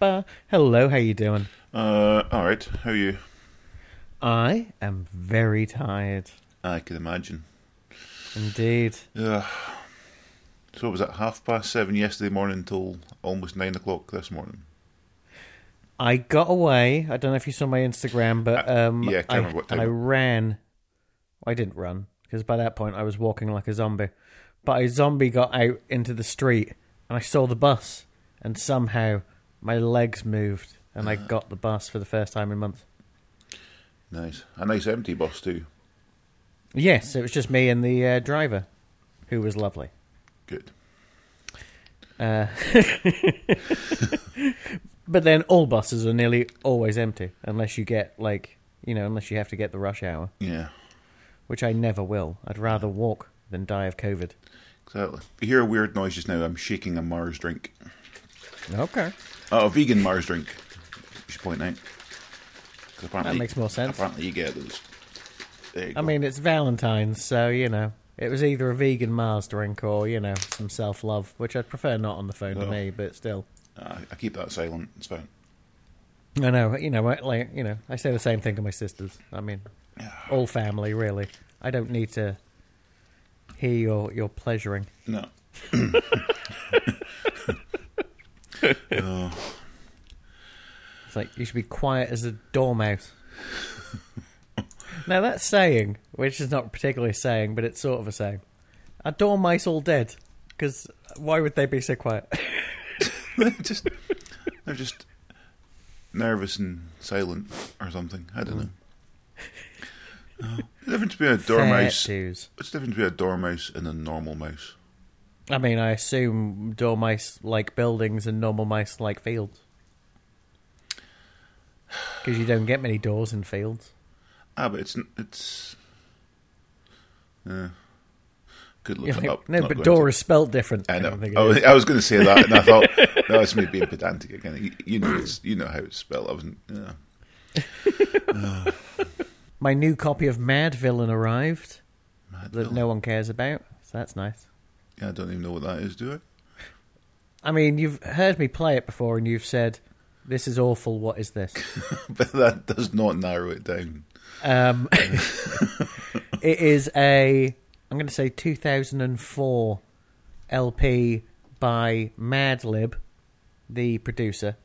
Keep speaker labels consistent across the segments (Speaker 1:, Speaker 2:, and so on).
Speaker 1: Hello, how you doing?
Speaker 2: Uh, all right. How are you?
Speaker 1: I am very tired
Speaker 2: I can imagine.
Speaker 1: indeed.
Speaker 2: Ugh. So it was at half past seven yesterday morning till almost nine o'clock this morning.
Speaker 1: I got away. I don't know if you saw my Instagram, but
Speaker 2: Uh,
Speaker 1: um,
Speaker 2: yeah, I can't
Speaker 1: I,
Speaker 2: remember what time
Speaker 1: and I
Speaker 2: it-
Speaker 1: ran. I didn't run because by that point I was walking like a zombie. But a zombie got out into the street, and I saw the bus, and somehow my legs moved, and I got the bus for the first time in months.
Speaker 2: Nice. A nice empty bus too.
Speaker 1: Yes, it was just me and the uh, driver, who was lovely.
Speaker 2: Good.
Speaker 1: Uh, but then all buses are nearly always empty unless you get like you know unless you have to get the rush hour,
Speaker 2: Yeah.
Speaker 1: which I never will. I'd rather walk than die of COVID.
Speaker 2: Exactly. If you hear a weird noise just now, I'm shaking a Mars drink.
Speaker 1: Okay,
Speaker 2: Oh, a vegan Mars drink. You should point out. 'Cause apparently-
Speaker 1: That makes more sense.
Speaker 2: Apparently, you get those. There you
Speaker 1: I
Speaker 2: go.
Speaker 1: mean it's Valentine's, so you know it was either a vegan Mars drink or you know some self love, which I'd prefer not on the phone to
Speaker 2: Oh.
Speaker 1: me, but still.
Speaker 2: I, I keep that silent. It's fine.
Speaker 1: I know, you know, I- like you know, I say the same thing to my sisters. I mean, all family really. I don't need to hear your your pleasuring.
Speaker 2: No. oh,
Speaker 1: It's like you should be quiet as a dormouse. now that's saying, which is not particularly a saying, but it's sort of a saying. Are dormice all dead? Because why would they be so quiet?
Speaker 2: just they're just nervous and silent or something. I don't know. Oh. The difference between a dormouse.
Speaker 1: Hmm. Fair dues.
Speaker 2: What's the difference between a dormouse and a normal mouse?
Speaker 1: I mean, I assume dormice like buildings and normal mice like fields. Because you don't get many doors in fields.
Speaker 2: Ah, but it's n- it's. Yeah. Good look
Speaker 1: You're
Speaker 2: it
Speaker 1: like,
Speaker 2: up.
Speaker 1: no,
Speaker 2: Not
Speaker 1: but
Speaker 2: going to.
Speaker 1: door is spelled different.
Speaker 2: I know. Oh,
Speaker 1: don't think it
Speaker 2: I
Speaker 1: is.
Speaker 2: was, I was going to say that, and I thought, no, it's me being pedantic again. You, you know, it's you know how it's spelled. I wasn't. You know.
Speaker 1: My new copy of Mad Villain arrived
Speaker 2: Mad
Speaker 1: that
Speaker 2: villain.
Speaker 1: no one cares about, so that's nice.
Speaker 2: Yeah, I don't even know what that is, do I?
Speaker 1: I mean, you've heard me play it before, and you've said, "This is awful. What is this?"
Speaker 2: but that does not narrow it down.
Speaker 1: Um, it is a, I'm going to say, 2004 LP by Madlib, the producer,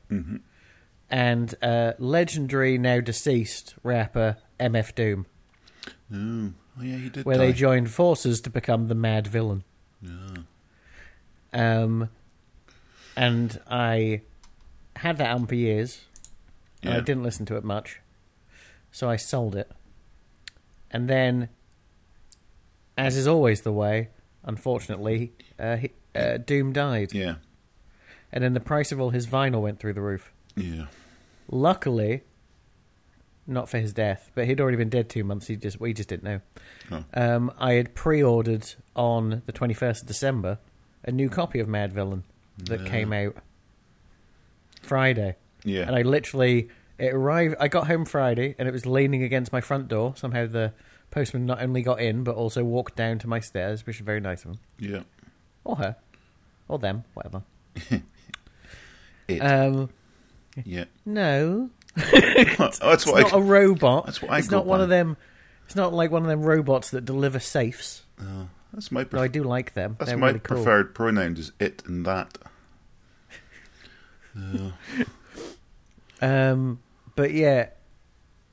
Speaker 1: and uh, legendary now deceased rapper MF Doom,
Speaker 2: No. Oh yeah, he did.
Speaker 1: where
Speaker 2: die.
Speaker 1: they joined forces to become the Mad Villain.
Speaker 2: Yeah.
Speaker 1: Um, and I had that album for years, and I
Speaker 2: Yeah.
Speaker 1: didn't listen to it much, so I sold it. And then, as is always the way, unfortunately, uh, he, uh, Doom died,
Speaker 2: Yeah.
Speaker 1: and then the price of all his vinyl went through the roof.
Speaker 2: Yeah.
Speaker 1: Luckily, not for his death, but he'd already been dead two months. He just we just didn't know.
Speaker 2: Oh.
Speaker 1: Um, I had pre-ordered on the twenty first of December a new copy of Mad Villain that came out Friday,
Speaker 2: Yeah.
Speaker 1: and I literally it arrived. I got home Friday, and it was leaning against my front door. Somehow the postman not only got in but also walked down to my stairs, which is very nice of him,
Speaker 2: yeah.
Speaker 1: or her, or them, whatever.
Speaker 2: It.
Speaker 1: Um,
Speaker 2: yeah.
Speaker 1: no,
Speaker 2: Oh, that's
Speaker 1: It's
Speaker 2: what
Speaker 1: not
Speaker 2: I.
Speaker 1: a robot.
Speaker 2: that's what I
Speaker 1: it's
Speaker 2: go
Speaker 1: not one
Speaker 2: by.
Speaker 1: of them. It's not like one of them robots that deliver safes.
Speaker 2: oh, that's my.
Speaker 1: Though I
Speaker 2: Pref-
Speaker 1: do like them.
Speaker 2: that's
Speaker 1: They're
Speaker 2: my
Speaker 1: really cool.
Speaker 2: preferred pronoun is it and that.
Speaker 1: Um, but yeah,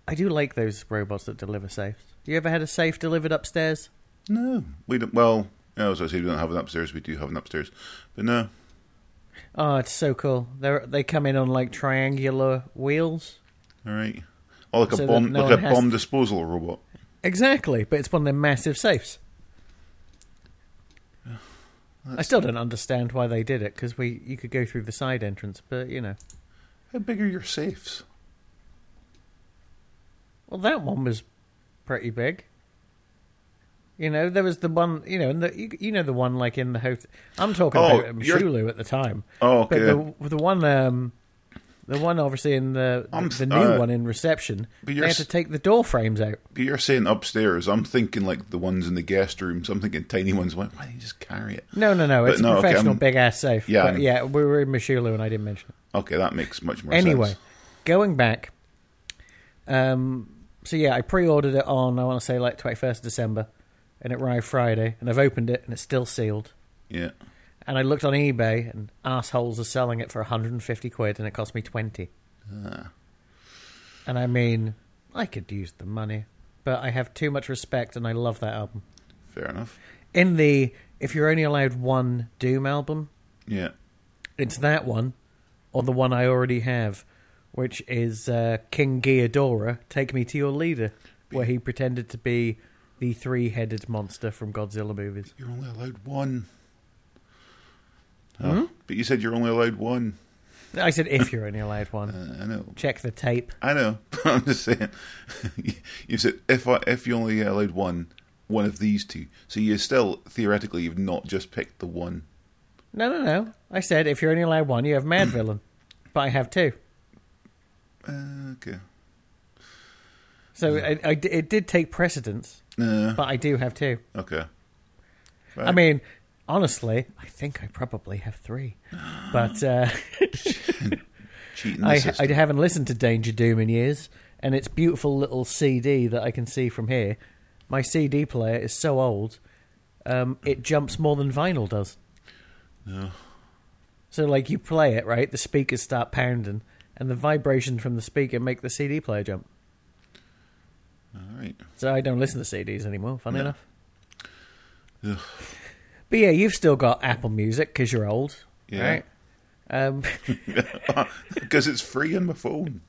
Speaker 1: I do like those robots that deliver safes. You ever had a safe delivered upstairs?
Speaker 2: No, we don't. Well, no, as I say, we don't have an upstairs. We do have an upstairs, but no.
Speaker 1: Oh, it's so cool. They they come in on like triangular wheels.
Speaker 2: All right. Oh, like
Speaker 1: So
Speaker 2: a
Speaker 1: that
Speaker 2: bomb,
Speaker 1: no
Speaker 2: like a
Speaker 1: one has
Speaker 2: bomb
Speaker 1: to-
Speaker 2: disposal robot.
Speaker 1: Exactly, but it's one of them massive safes. I still don't understand why they did it because we you could go through the side entrance, but you know,
Speaker 2: How big are your safes?
Speaker 1: Well, that one was pretty big. You know, there was the one, you know, and the you, you know the one like in the hotel. I'm talking
Speaker 2: Oh,
Speaker 1: about um,
Speaker 2: you're-
Speaker 1: Shulu at the time.
Speaker 2: Oh, okay.
Speaker 1: But the the one, um, the one obviously in the
Speaker 2: I'm
Speaker 1: the
Speaker 2: s-
Speaker 1: new
Speaker 2: uh,
Speaker 1: one in reception,
Speaker 2: but
Speaker 1: they
Speaker 2: you're
Speaker 1: had
Speaker 2: s-
Speaker 1: to take the door frames out.
Speaker 2: But You're saying upstairs. I'm thinking like the ones in the guest rooms. I'm thinking tiny ones. Why, why don't you just carry it?
Speaker 1: No, no, no.
Speaker 2: But
Speaker 1: It's
Speaker 2: no,
Speaker 1: a
Speaker 2: okay,
Speaker 1: professional
Speaker 2: I'm-
Speaker 1: big ass safe.
Speaker 2: Yeah,
Speaker 1: but
Speaker 2: I'm-
Speaker 1: yeah. We were in Mashulu and I didn't mention it.
Speaker 2: Okay, that makes much more
Speaker 1: anyway,
Speaker 2: sense.
Speaker 1: going back. Um, so yeah, I pre-ordered it on I want to say like twenty first of December, and it arrived Friday, and I've opened it and it's still sealed.
Speaker 2: Yeah.
Speaker 1: And I looked on eBay, and assholes are selling it for one hundred and fifty quid, and it cost me twenty.
Speaker 2: Ah.
Speaker 1: And I mean, I could use the money, but I have too much respect, and I love that album.
Speaker 2: fair enough.
Speaker 1: In the if you're only allowed one Doom album,
Speaker 2: Yeah.
Speaker 1: It's that one, or the one I already have, which is uh, King Ghidorah, Take Me to Your Leader, where he pretended to be the three headed monster from Godzilla movies.
Speaker 2: You're only allowed one. Oh, But you said you're only allowed one.
Speaker 1: I said, if you're only allowed one,
Speaker 2: Uh, I know.
Speaker 1: check the tape.
Speaker 2: I know. I'm just saying. you said if I, if you only allowed one, one of these two. So you still theoretically you've not just picked the one.
Speaker 1: No, no, no. I said, if you're only allowed one, you have Mad Villain. But I have two.
Speaker 2: Uh, okay.
Speaker 1: So I, I d- it did take precedence,
Speaker 2: Uh,
Speaker 1: but I do have two.
Speaker 2: okay.
Speaker 1: I
Speaker 2: Right.
Speaker 1: mean, honestly, I think I probably have three. But. Uh,
Speaker 2: cheating. The
Speaker 1: I, I
Speaker 2: system.
Speaker 1: haven't listened to Danger Doom in years, and its beautiful little CD that I can see from here. My CD player is so old, um, it jumps more than vinyl does.
Speaker 2: No.
Speaker 1: So, like, you play it, right? The speakers start pounding, and the vibration from the speaker make the CD player jump.
Speaker 2: All right.
Speaker 1: So I don't listen to CDs anymore, funny
Speaker 2: No.
Speaker 1: enough.
Speaker 2: Ugh.
Speaker 1: But yeah, you've still got Apple Music because you're old,
Speaker 2: Yeah.
Speaker 1: right? Um,
Speaker 2: Because it's free on my phone.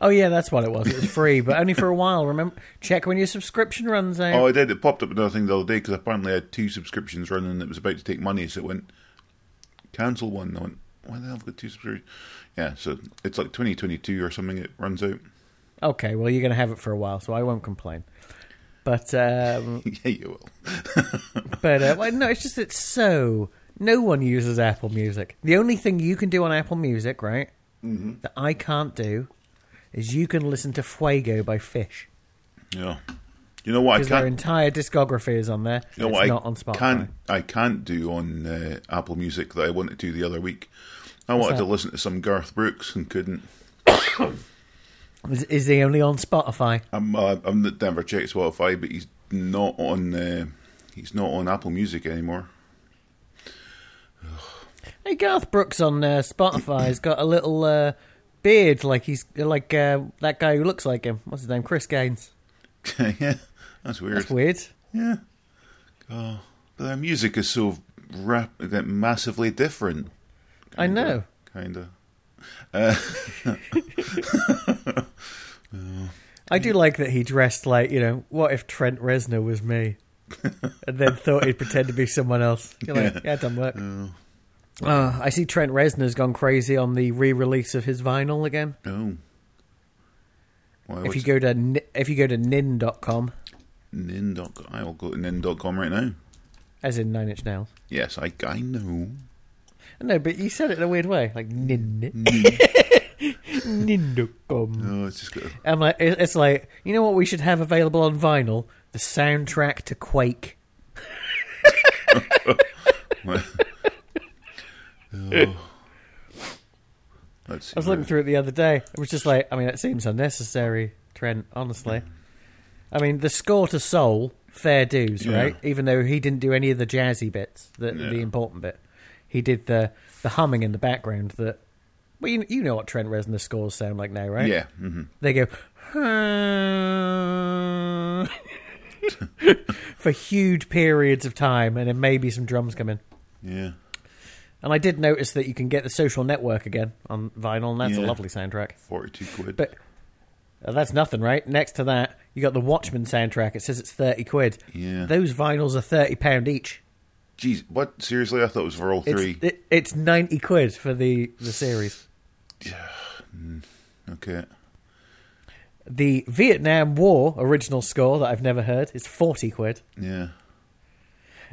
Speaker 1: oh yeah, that's what it was. It was free, but only for a while. Remember, check when your subscription runs out.
Speaker 2: Oh, I did. It popped up another thing the other day because apparently I had two subscriptions running and it was about to take money, so it went cancel one. And I went, why the hell have I got two subscriptions? Yeah, so it's like 2022 or something. It runs out. Oh.
Speaker 1: Okay, well, you're going to have it for a while, so I won't complain. But um,
Speaker 2: yeah, you will.
Speaker 1: but uh, well, no, it's just it's so no one uses Apple Music. The only thing you can do on Apple Music, right,
Speaker 2: Mm-hmm.
Speaker 1: that I can't do, is you can listen to Fuego by Fish
Speaker 2: Yeah. You know what? I
Speaker 1: because their
Speaker 2: can't.
Speaker 1: entire discography is on there.
Speaker 2: You know
Speaker 1: it's
Speaker 2: what?
Speaker 1: not
Speaker 2: I
Speaker 1: on Spotify.
Speaker 2: Can't, I can't do on uh, Apple Music that I wanted to the other week. I wanted to
Speaker 1: that?
Speaker 2: listen to some Garth Brooks and couldn't.
Speaker 1: Is, is he only on Spotify?
Speaker 2: I'm uh, I'm not never checked Spotify, but he's not on uh, he's not on Apple Music anymore.
Speaker 1: Hey, Garth Brooks on uh, Spotify has got a little uh, beard, like he's like uh, that guy who looks like him. What's his name? Chris Gaines.
Speaker 2: yeah, that's weird.
Speaker 1: That's weird.
Speaker 2: Yeah. Oh, but their music is so rap- that massively different.
Speaker 1: I know.
Speaker 2: Kinda.
Speaker 1: I do like that he dressed like, you know, what if Trent Reznor was me? and then thought he'd pretend to be someone else. You're like, yeah, it doesn't work. Uh, I see Trent Reznor's gone crazy on the re-release of his vinyl again.
Speaker 2: Oh. Why
Speaker 1: If you
Speaker 2: was
Speaker 1: go to ni- if you go to nin.com,
Speaker 2: nin dot com? I will go to nin.com right now.
Speaker 1: as in Nine Inch Nails.
Speaker 2: Yes, I I know.
Speaker 1: No, but you said it in a weird way, like nin
Speaker 2: Mm.
Speaker 1: nin.com.
Speaker 2: No, it's just got.
Speaker 1: I'm like, it- it's like you know what we should have available on vinyl: the soundtrack to Quake.
Speaker 2: Oh. Let's see.
Speaker 1: I was looking
Speaker 2: where-
Speaker 1: through it the other day. It was just like, I mean, it seems unnecessary, Trent, honestly. I mean, the score to Soul, fair dues,
Speaker 2: Yeah.
Speaker 1: right? Even though he didn't do any of the jazzy bits, the,
Speaker 2: Yeah.
Speaker 1: the important bit. He did the, the humming in the background that. Well, you, you know what Trent Reznor scores sound like now, right?
Speaker 2: Yeah. hmm
Speaker 1: They go. "Hmm," for huge periods of time, and then maybe some drums come in.
Speaker 2: Yeah.
Speaker 1: And I did notice that you can get the social network again on vinyl, and that's a
Speaker 2: Yeah.
Speaker 1: lovely soundtrack.
Speaker 2: Forty-two quid.
Speaker 1: But uh, that's nothing, right? Next to that, you got the Watchmen soundtrack. It says it's thirty quid.
Speaker 2: Yeah.
Speaker 1: Those vinyls are thirty pound each.
Speaker 2: Jeez, what? Seriously, I thought it was for all
Speaker 1: It's,
Speaker 2: three.
Speaker 1: it- it's ninety quid for the the series.
Speaker 2: okay.
Speaker 1: The Vietnam War original score that I've never heard is forty quid,
Speaker 2: Yeah.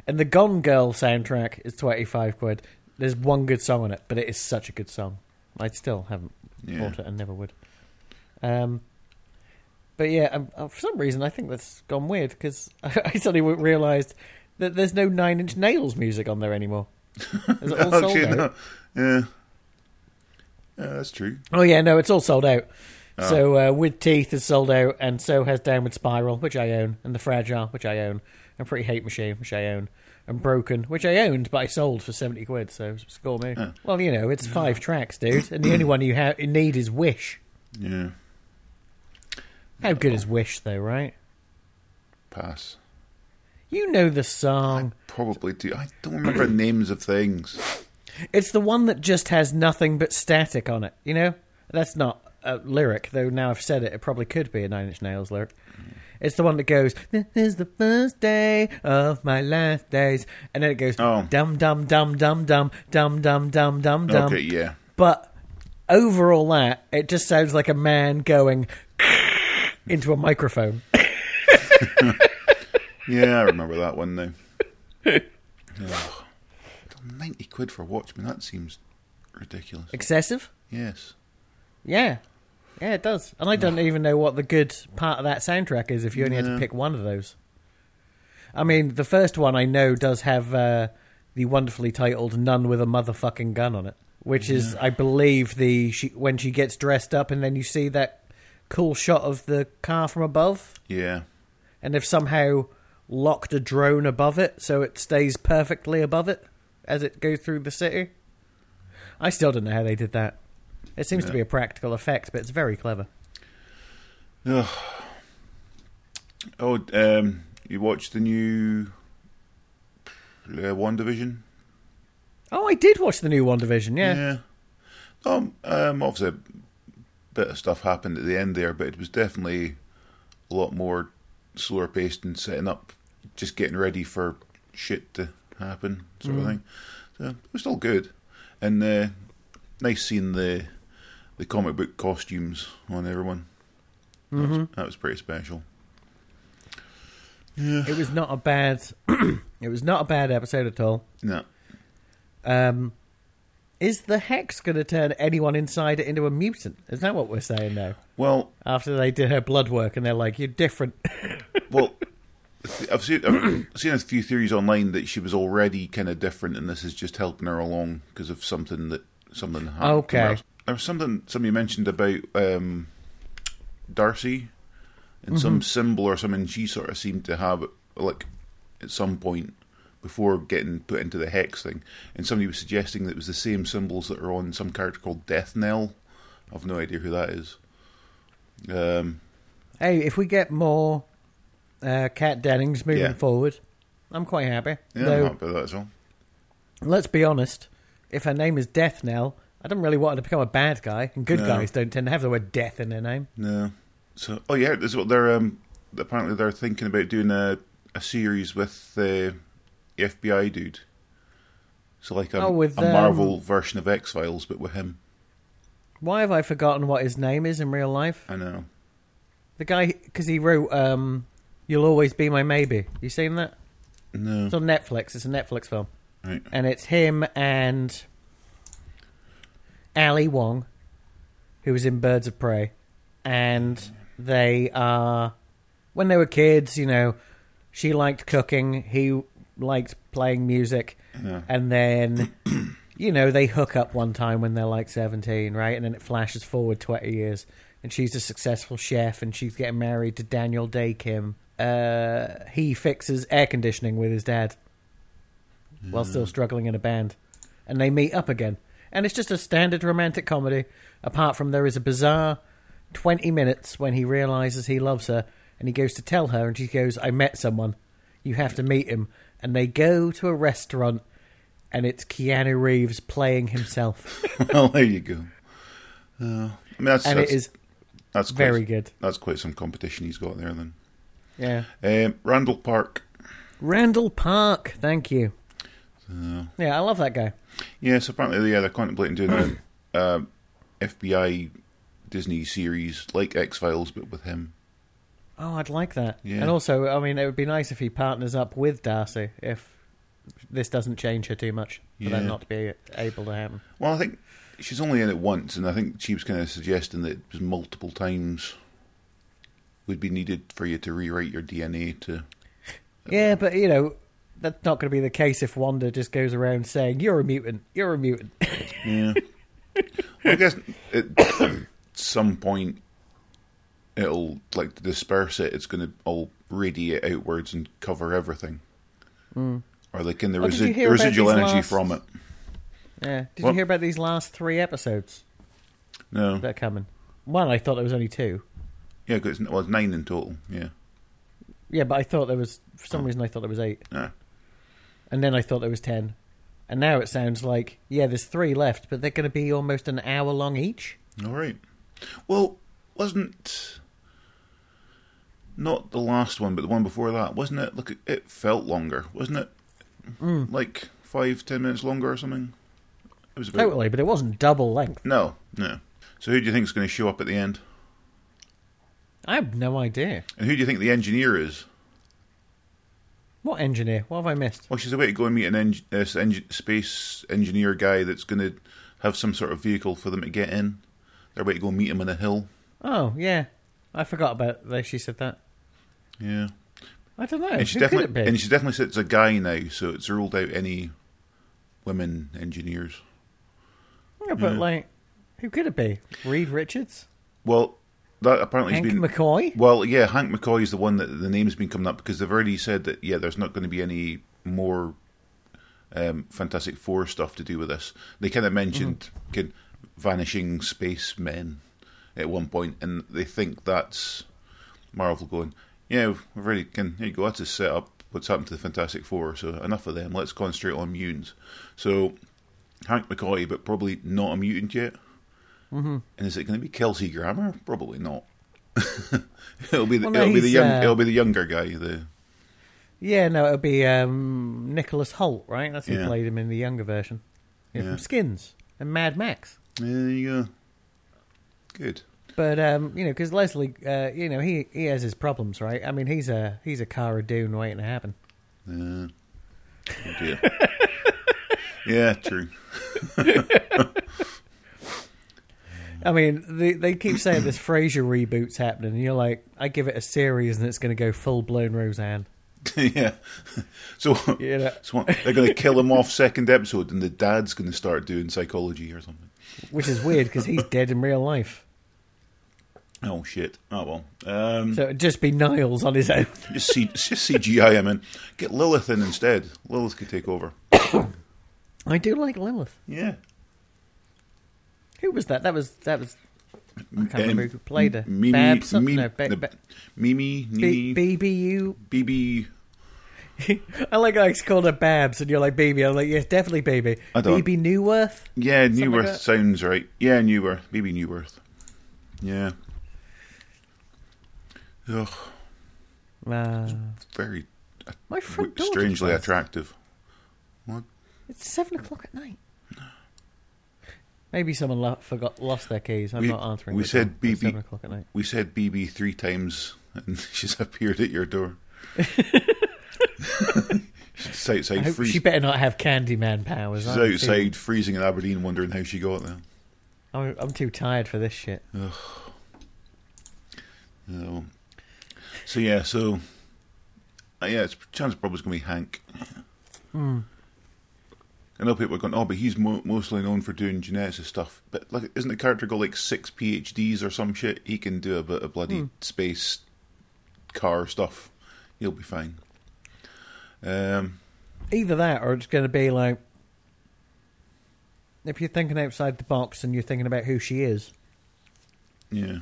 Speaker 1: and the Gone Girl soundtrack is twenty five quid. There's one good song on it, but it is such a good song. I still haven't
Speaker 2: Yeah.
Speaker 1: bought it and never would. Um, but yeah, um, uh, for some reason I think that's gone weird because I suddenly realised that there's no
Speaker 2: Oh,
Speaker 1: Nine Inch Nails music on there anymore. Is it all sold
Speaker 2: Actually,
Speaker 1: out?
Speaker 2: no. Yeah. Yeah, that's true.
Speaker 1: Oh yeah, no, it's all sold out. So uh, with teeth is sold out, and so has Downward Spiral, which I own, and the Fragile, which I own, and Pretty Hate Machine, which I own, and Broken, which I owned but I sold for seventy quid. So score me. Well, you know, it's five tracks, dude, and the only one you ha- you need is Wish.
Speaker 2: Yeah,
Speaker 1: How good is Wish though, right?
Speaker 2: pass.
Speaker 1: You know the song.
Speaker 2: Probably do. I don't remember names of things.
Speaker 1: It's the one that just has nothing but static on it. You know, that's not a lyric, though. Now I've said it, it probably could be a Nine Inch Nails lyric. It's the one that goes, "This is the first day of my last days," and then it goes,
Speaker 2: Oh.
Speaker 1: "Dum dum dum dum dum dum dum dum dum dum."
Speaker 2: Okay, yeah.
Speaker 1: But over all that, it just sounds like a man going into a microphone.
Speaker 2: Yeah, I remember that one now. Ugh. 90 quid for Watchmen, that seems ridiculous.
Speaker 1: Excessive?
Speaker 2: Yes.
Speaker 1: Yeah. Yeah, it does. And I don't even know what the good part of that soundtrack is if you only had to
Speaker 2: No.
Speaker 1: pick one of those. I mean, the first one I know does have uh, the wonderfully titled Nun with a Motherfucking Gun on it, which is, I believe, the she, when she gets dressed up and then you see that cool shot of the car from above,
Speaker 2: Yeah.
Speaker 1: and they've somehow locked a drone above it so it stays perfectly above it as it goes through the city. I still don't know how they did that. It seems to
Speaker 2: No.
Speaker 1: be a practical effect, but it's very clever.
Speaker 2: Ugh. Oh, um, you watched the new uh, One Division?
Speaker 1: Oh, I did watch the new One Division. Yeah.
Speaker 2: Um, um, obviously, a bit of stuff happened at the end there, but it was definitely a lot more slower paced and setting up, just getting ready for shit to happen, sort of thing. So it was still good, and uh, nice seeing the the comic book costumes on everyone. That, was, that was pretty special.
Speaker 1: It was not a bad. it was not a bad episode at all.
Speaker 2: No,
Speaker 1: Um, is the hex going to turn anyone inside it into a mutant? Is that what we're saying now?
Speaker 2: well,
Speaker 1: After they did her blood work, and they're like, "You're different."
Speaker 2: Well, I've seen I've seen a few theories online that she was already kind of different, and this is just helping her along because of something that something happened.
Speaker 1: Okay.
Speaker 2: There was something somebody mentioned about um, Darcy and some symbol or something. She sort of seemed to have like at some point before getting put into the hex thing, and somebody was suggesting that it was the same symbols that are on some character called Death Knell. I've no idea who that is. Um,
Speaker 1: Hey, if we get more uh, Cat Dennings moving
Speaker 2: Yeah.
Speaker 1: forward, I'm quite happy.
Speaker 2: yeah,
Speaker 1: Though,
Speaker 2: I'm happy with that as well.
Speaker 1: let's be honest, if her name is Death Knell, I don't really want her to become a bad guy, and good
Speaker 2: No.
Speaker 1: guys don't tend to have the word death in their name.
Speaker 2: No. So, oh yeah, this is what they're um, apparently they're thinking about doing a a series with the FBI dude. So like a,
Speaker 1: Oh, with,
Speaker 2: a
Speaker 1: um,
Speaker 2: Marvel version of X Files, but with him.
Speaker 1: Why have I forgotten what his name is in real life?
Speaker 2: I know.
Speaker 1: The guy, because he wrote um, "You'll Always Be My Maybe." You seen that?
Speaker 2: No.
Speaker 1: It's on Netflix. It's a Netflix film,
Speaker 2: Right.
Speaker 1: and it's him and Ali Wong, who was in Birds of Prey, and they are when they were kids. You know, she liked cooking. He liked playing music,
Speaker 2: Yeah.
Speaker 1: and then. You know, they hook up one time when they're like 17, right? And then it flashes forward 20 years, and she's a successful chef, and she's getting married to Daniel Day Kim. Uh, he fixes air conditioning with his dad while still struggling in a band, and they meet up again. And it's just a standard romantic comedy, apart from there is a bizarre 20 minutes when he realizes he loves her and he goes to tell her, and she goes, I met someone. You have to meet him. And they go to a restaurant, and it's Keanu Reeves playing himself.
Speaker 2: well, there you go. Uh, I mean, that's
Speaker 1: and it
Speaker 2: that's,
Speaker 1: is
Speaker 2: that's quite,
Speaker 1: very good.
Speaker 2: That's quite some competition he's got there. Then
Speaker 1: Yeah.
Speaker 2: um, Randall Park.
Speaker 1: Randall Park, thank you. yeah, I love that guy.
Speaker 2: Yes, apparently, yeah, they're contemplating doing a uh, FBI Disney series like X Files, but with him.
Speaker 1: Oh, I'd like that.
Speaker 2: Yeah.
Speaker 1: And also, I mean, it would be nice if he partners up with Darcy if this doesn't change her too much for that
Speaker 2: Yeah.
Speaker 1: not to be able to happen.
Speaker 2: Well, I think she's only in it once, and I think she was kind of suggesting that it was multiple times would be needed for you to rewrite your DNA to.
Speaker 1: Yeah, but you know, that's not going to be the case if Wanda just goes around saying, "You're a mutant. You're a mutant."
Speaker 2: Yeah. I guess at some point it'll like to disperse it. It's going to all radiate outwards and cover everything, or like in the
Speaker 1: Hmm. Oh, did you
Speaker 2: resi-
Speaker 1: hear about
Speaker 2: residual
Speaker 1: these
Speaker 2: energy
Speaker 1: last-
Speaker 2: from it.
Speaker 1: Yeah. Did
Speaker 2: Well-
Speaker 1: you hear about these last three episodes
Speaker 2: No,
Speaker 1: that are coming? One, I thought there was only two.
Speaker 2: yeah, 'cause it's, well, it's nine in total. Yeah,
Speaker 1: Yeah, but I thought there was for
Speaker 2: Oh.
Speaker 1: some reason I thought there was eight,
Speaker 2: yeah.
Speaker 1: and then I thought there was ten, and now it sounds like yeah, there's three left, but they're going to be almost an hour long each.
Speaker 2: All right. Well, wasn't not the last one, but the one before that, wasn't it? Look, it felt longer, wasn't it? Like five, ten minutes longer or something. It was about
Speaker 1: Totally, but it wasn't double length.
Speaker 2: no, no. So who do you think is going to show up at the end?
Speaker 1: I have no idea.
Speaker 2: And who do you think the engineer is?
Speaker 1: What engineer? What have I missed?
Speaker 2: Well, she's away to go and meet an eng- this eng- space engineer guy that's going to have some sort of vehicle for them to get in. They're about to go meet him on a hill.
Speaker 1: Oh yeah, I forgot about that. She said that.
Speaker 2: Yeah.
Speaker 1: I don't know.
Speaker 2: And she
Speaker 1: Who could it
Speaker 2: definitely
Speaker 1: be?
Speaker 2: and she definitely said it's a guy now, so it's ruled out any women engineers.
Speaker 1: Yeah, but
Speaker 2: Mm.
Speaker 1: like, who could it be? Reed Richards,
Speaker 2: Well, that apparently has
Speaker 1: Hank
Speaker 2: been
Speaker 1: McCoy.
Speaker 2: well, yeah. Hank McCoy is the one that the name's been coming up because they've already said that yeah, there's not going to be any more um, Fantastic Four stuff to do with this. They kind of mentioned kin- vanishing spacemen at one point, and they think that's Marvel going. Yeah, we've already can. Here you go. That's a setup. What's happened to the Fantastic Four? So enough of them. Let's concentrate on mutants. So Hank McCoy, but probably not a mutant yet.
Speaker 1: Mm-hmm.
Speaker 2: And is it going to be Kelsey Grammer? Probably not. it'll be the,
Speaker 1: Well, no,
Speaker 2: it'll be the
Speaker 1: he's,
Speaker 2: young
Speaker 1: uh,
Speaker 2: it'll be the younger guy. The
Speaker 1: Yeah, no, it'll be um, Nicholas Holt, right? That's who
Speaker 2: Yeah.
Speaker 1: played him in the younger version. Yeah,
Speaker 2: Yeah.
Speaker 1: From Skins and Mad Max.
Speaker 2: there you go. Good.
Speaker 1: But um, you know, because Leslie, uh, you know, he he has his problems, right? I mean, he's a he's a Cara Dune waiting to happen.
Speaker 2: Yeah. Oh, dear. yeah. True.
Speaker 1: I mean, they they keep saying this Frasier reboot's happening, and you're like, I give it a series, and it's going to go full blown Roseanne.
Speaker 2: yeah. So,
Speaker 1: You know,
Speaker 2: so they're going to kill him off second episode, and the dad's going to start doing psychology or something.
Speaker 1: which is weird because he's dead in real life,
Speaker 2: Oh shit! Oh well. Um,
Speaker 1: so it'd just be Niles on his own.
Speaker 2: just, C- just CGI him in. Get Lilith in instead. Lilith could take over.
Speaker 1: I do like Lilith.
Speaker 2: Yeah.
Speaker 1: Who was that? That was that was. I can't
Speaker 2: Um,
Speaker 1: remember who played her.
Speaker 2: Mimi,
Speaker 1: Bab something.
Speaker 2: Mimi,
Speaker 1: no, ba-
Speaker 2: the-
Speaker 1: ba-
Speaker 2: Mimi,
Speaker 1: B-
Speaker 2: Nini,
Speaker 1: BBU.
Speaker 2: BB.
Speaker 1: I like how it's called her Babs, and you're like, baby. I'm like, yes, definitely, baby.
Speaker 2: I don't-
Speaker 1: BB Newworth.
Speaker 2: Yeah,
Speaker 1: Something like
Speaker 2: Newworth
Speaker 1: that.
Speaker 2: sounds right. Yeah, Newworth. BB Newworth. Yeah. Ugh,
Speaker 1: Uh,
Speaker 2: very
Speaker 1: my
Speaker 2: w-
Speaker 1: front door.
Speaker 2: strangely
Speaker 1: just buzzed.
Speaker 2: attractive. What?
Speaker 1: It's seven o'clock at night. Maybe someone lo- forgot lost their keys. I'm
Speaker 2: We-
Speaker 1: not answering.
Speaker 2: we
Speaker 1: the
Speaker 2: said
Speaker 1: door. It's
Speaker 2: BB.
Speaker 1: Seven o'clock at night.
Speaker 2: We said BB three times and she's appeared at your door. she's
Speaker 1: I
Speaker 2: outside,
Speaker 1: hope
Speaker 2: freez-
Speaker 1: she better not have Candyman powers.
Speaker 2: she's
Speaker 1: I'm too-
Speaker 2: outside freezing in Aberdeen wondering how she got there.
Speaker 1: I'm, I'm too tired for this shit.
Speaker 2: So, so yeah, so uh, yeah, it's chance probably going to be Hank. I know people are going, oh, but he's mo- mostly known for doing genetics and stuff. But like, isn't the character got like six PhDs or some shit? He can do a bit of bloody space car stuff. He'll be fine. Um,
Speaker 1: Either that, or it's going to be like. If you're thinking outside the box and you're thinking about who she is,
Speaker 2: yeah.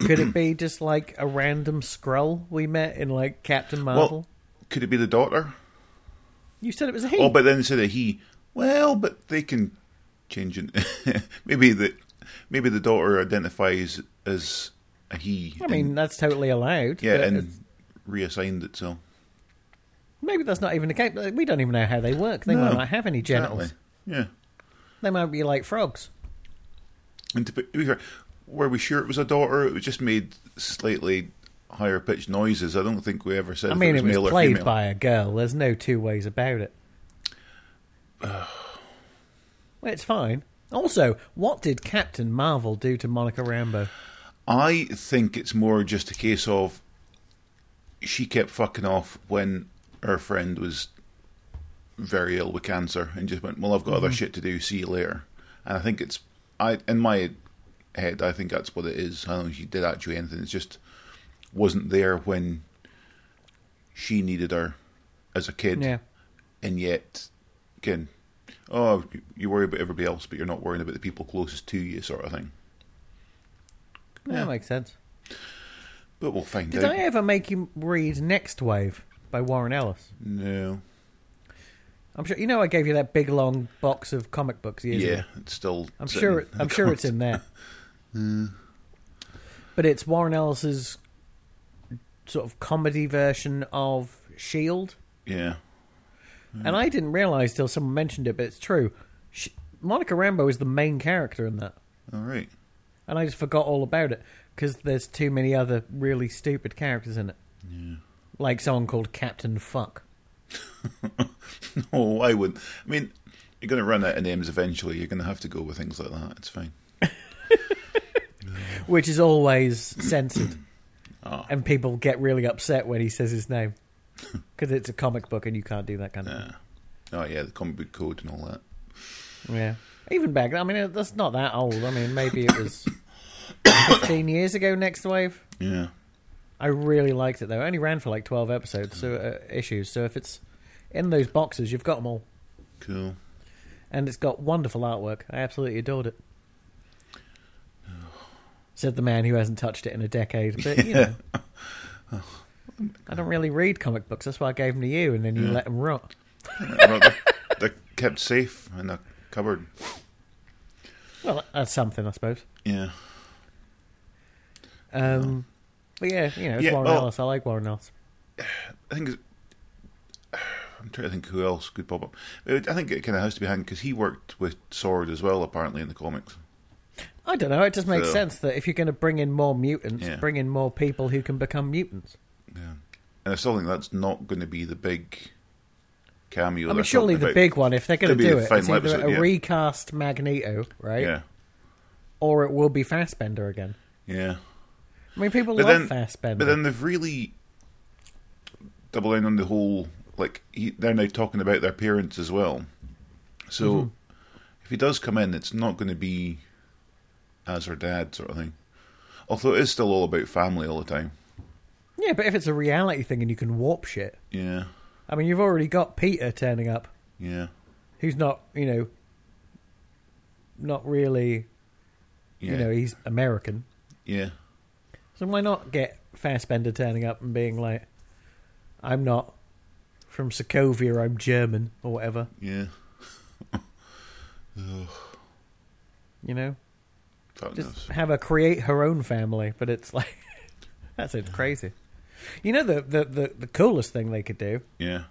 Speaker 1: Could it be just like a random scroll we met in like Captain Marvel?
Speaker 2: Well, could it be the daughter?
Speaker 1: you said it was a he.
Speaker 2: Oh, but then instead of he, well, but they can change it. maybe the maybe the daughter identifies as a he.
Speaker 1: I mean, uh,
Speaker 2: and,
Speaker 1: that's totally allowed.
Speaker 2: yeah,
Speaker 1: but
Speaker 2: and
Speaker 1: it's-
Speaker 2: reassigned itself.
Speaker 1: maybe that's not even the case. We don't even know how they work. They
Speaker 2: No,
Speaker 1: might not have any genitals.
Speaker 2: Exactly. Yeah,
Speaker 1: They might be like frogs.
Speaker 2: and to be to be fair, were we sure it was a daughter? It was just made slightly higher pitched noises. I don't think we ever said.
Speaker 1: I
Speaker 2: if
Speaker 1: mean,
Speaker 2: it was,
Speaker 1: it was,
Speaker 2: male or
Speaker 1: played
Speaker 2: female.
Speaker 1: by a girl. There's no two ways about it. well, it's fine. Also, what did Captain Marvel do to Monica Rambo?
Speaker 2: I think it's more just a case of she kept fucking off when her friend was
Speaker 1: Mm-hmm.
Speaker 2: very ill with cancer and just went, Well, I've got other shit to do, see you later. And I think it's I in my head, I think that's what it is. I don't think she did actually anything. It just wasn't there when she needed her as a kid,
Speaker 1: Yeah.
Speaker 2: and yet, again, oh, you- you worry about everybody else, but you're not worrying about the people closest to you, sort of thing.
Speaker 1: That makes sense.
Speaker 2: But we'll find
Speaker 1: Did
Speaker 2: out.
Speaker 1: I ever make you read Next Wave by Warren Ellis?
Speaker 2: No.
Speaker 1: I'm sure you know I gave you that big long box of comic books years ago.
Speaker 2: Yeah, it's still.
Speaker 1: I'm
Speaker 2: sitting
Speaker 1: sure.
Speaker 2: in
Speaker 1: It,
Speaker 2: the Mm.
Speaker 1: I'm sure it's in there. But it's Warren Ellis's sort of comedy version of Shield,
Speaker 2: Yeah.
Speaker 1: and I didn't realize till someone mentioned it, but it's true. She, Monica Rambeau is the main character in that,
Speaker 2: All right.
Speaker 1: and I just forgot all about it because there's too many other really stupid characters in it. Like someone called Captain Fuck.
Speaker 2: Oh, I wouldn't. I mean, you're going to run out of names eventually. You're going to have to go with things like that. It's fine.
Speaker 1: which is always censored. And people get really upset when he says his name because it's a comic book and you can't do that kind of
Speaker 2: Oh yeah, the comic book code and all that.
Speaker 1: thing. Yeah. Even back, I mean, that's not that old. I mean, maybe it was 15 years ago, Next Wave.
Speaker 2: Yeah.
Speaker 1: I really liked it, though. It only ran for like 12 episodes, so uh, issues. So if it's in those boxes, you've got them all.
Speaker 2: Cool.
Speaker 1: And it's got wonderful artwork. I absolutely adored it. Said the man who hasn't touched it in a decade. But, you know. I don't really read comic books. That's why I gave them to you, and then you let them rot.
Speaker 2: Well, they're, they're kept safe in a cupboard.
Speaker 1: Well, uh, that's something, I suppose.
Speaker 2: Yeah.
Speaker 1: Um, But yeah, you know, it's
Speaker 2: Yeah,
Speaker 1: Warren
Speaker 2: well-
Speaker 1: Ellis. I like Warren Ellis.
Speaker 2: I think. It's, I'm trying to think who else could pop up. I think it kind of has to be Hank because he worked with Sword as well, apparently in the comics.
Speaker 1: I don't know. It just makes
Speaker 2: So-
Speaker 1: sense that if you're going to bring in more mutants,
Speaker 2: Yeah.
Speaker 1: bring in more people who can become mutants.
Speaker 2: Yeah. And I still think that's not going to be the big cameo.
Speaker 1: I mean,
Speaker 2: they're
Speaker 1: surely
Speaker 2: talking
Speaker 1: the
Speaker 2: about.
Speaker 1: big one, if they're going
Speaker 2: It'll
Speaker 1: to
Speaker 2: be
Speaker 1: do
Speaker 2: the
Speaker 1: it,
Speaker 2: final
Speaker 1: it's either
Speaker 2: episode,
Speaker 1: a
Speaker 2: yeah.
Speaker 1: recast Magneto, right?
Speaker 2: Yeah.
Speaker 1: Or it will be Fassbender again.
Speaker 2: Yeah.
Speaker 1: I mean, people
Speaker 2: But
Speaker 1: love
Speaker 2: then-
Speaker 1: Fassbender.
Speaker 2: But then they've really doubled down on the whole like he, they're now talking about their parents as well. So
Speaker 1: Mm-hmm.
Speaker 2: if he does come in, it's not going to be as her dad sort of thing. Although it is still all about family all the time.
Speaker 1: yeah, but if it's a reality thing and you can warp shit,
Speaker 2: Yeah,
Speaker 1: I mean, you've already got Peter turning up,
Speaker 2: yeah,
Speaker 1: who's not, you know, not really,
Speaker 2: yeah,
Speaker 1: you know, he's American.
Speaker 2: yeah,
Speaker 1: So why not get Fassbender turning up and being like, I'm not from Sokovia, I'm German, or whatever,
Speaker 2: yeah.
Speaker 1: you know?
Speaker 2: Fuck knows.
Speaker 1: Just have her create her own family, but it's like, that's it, crazy. You know, the, the, the, the coolest thing they could do,
Speaker 2: Yeah,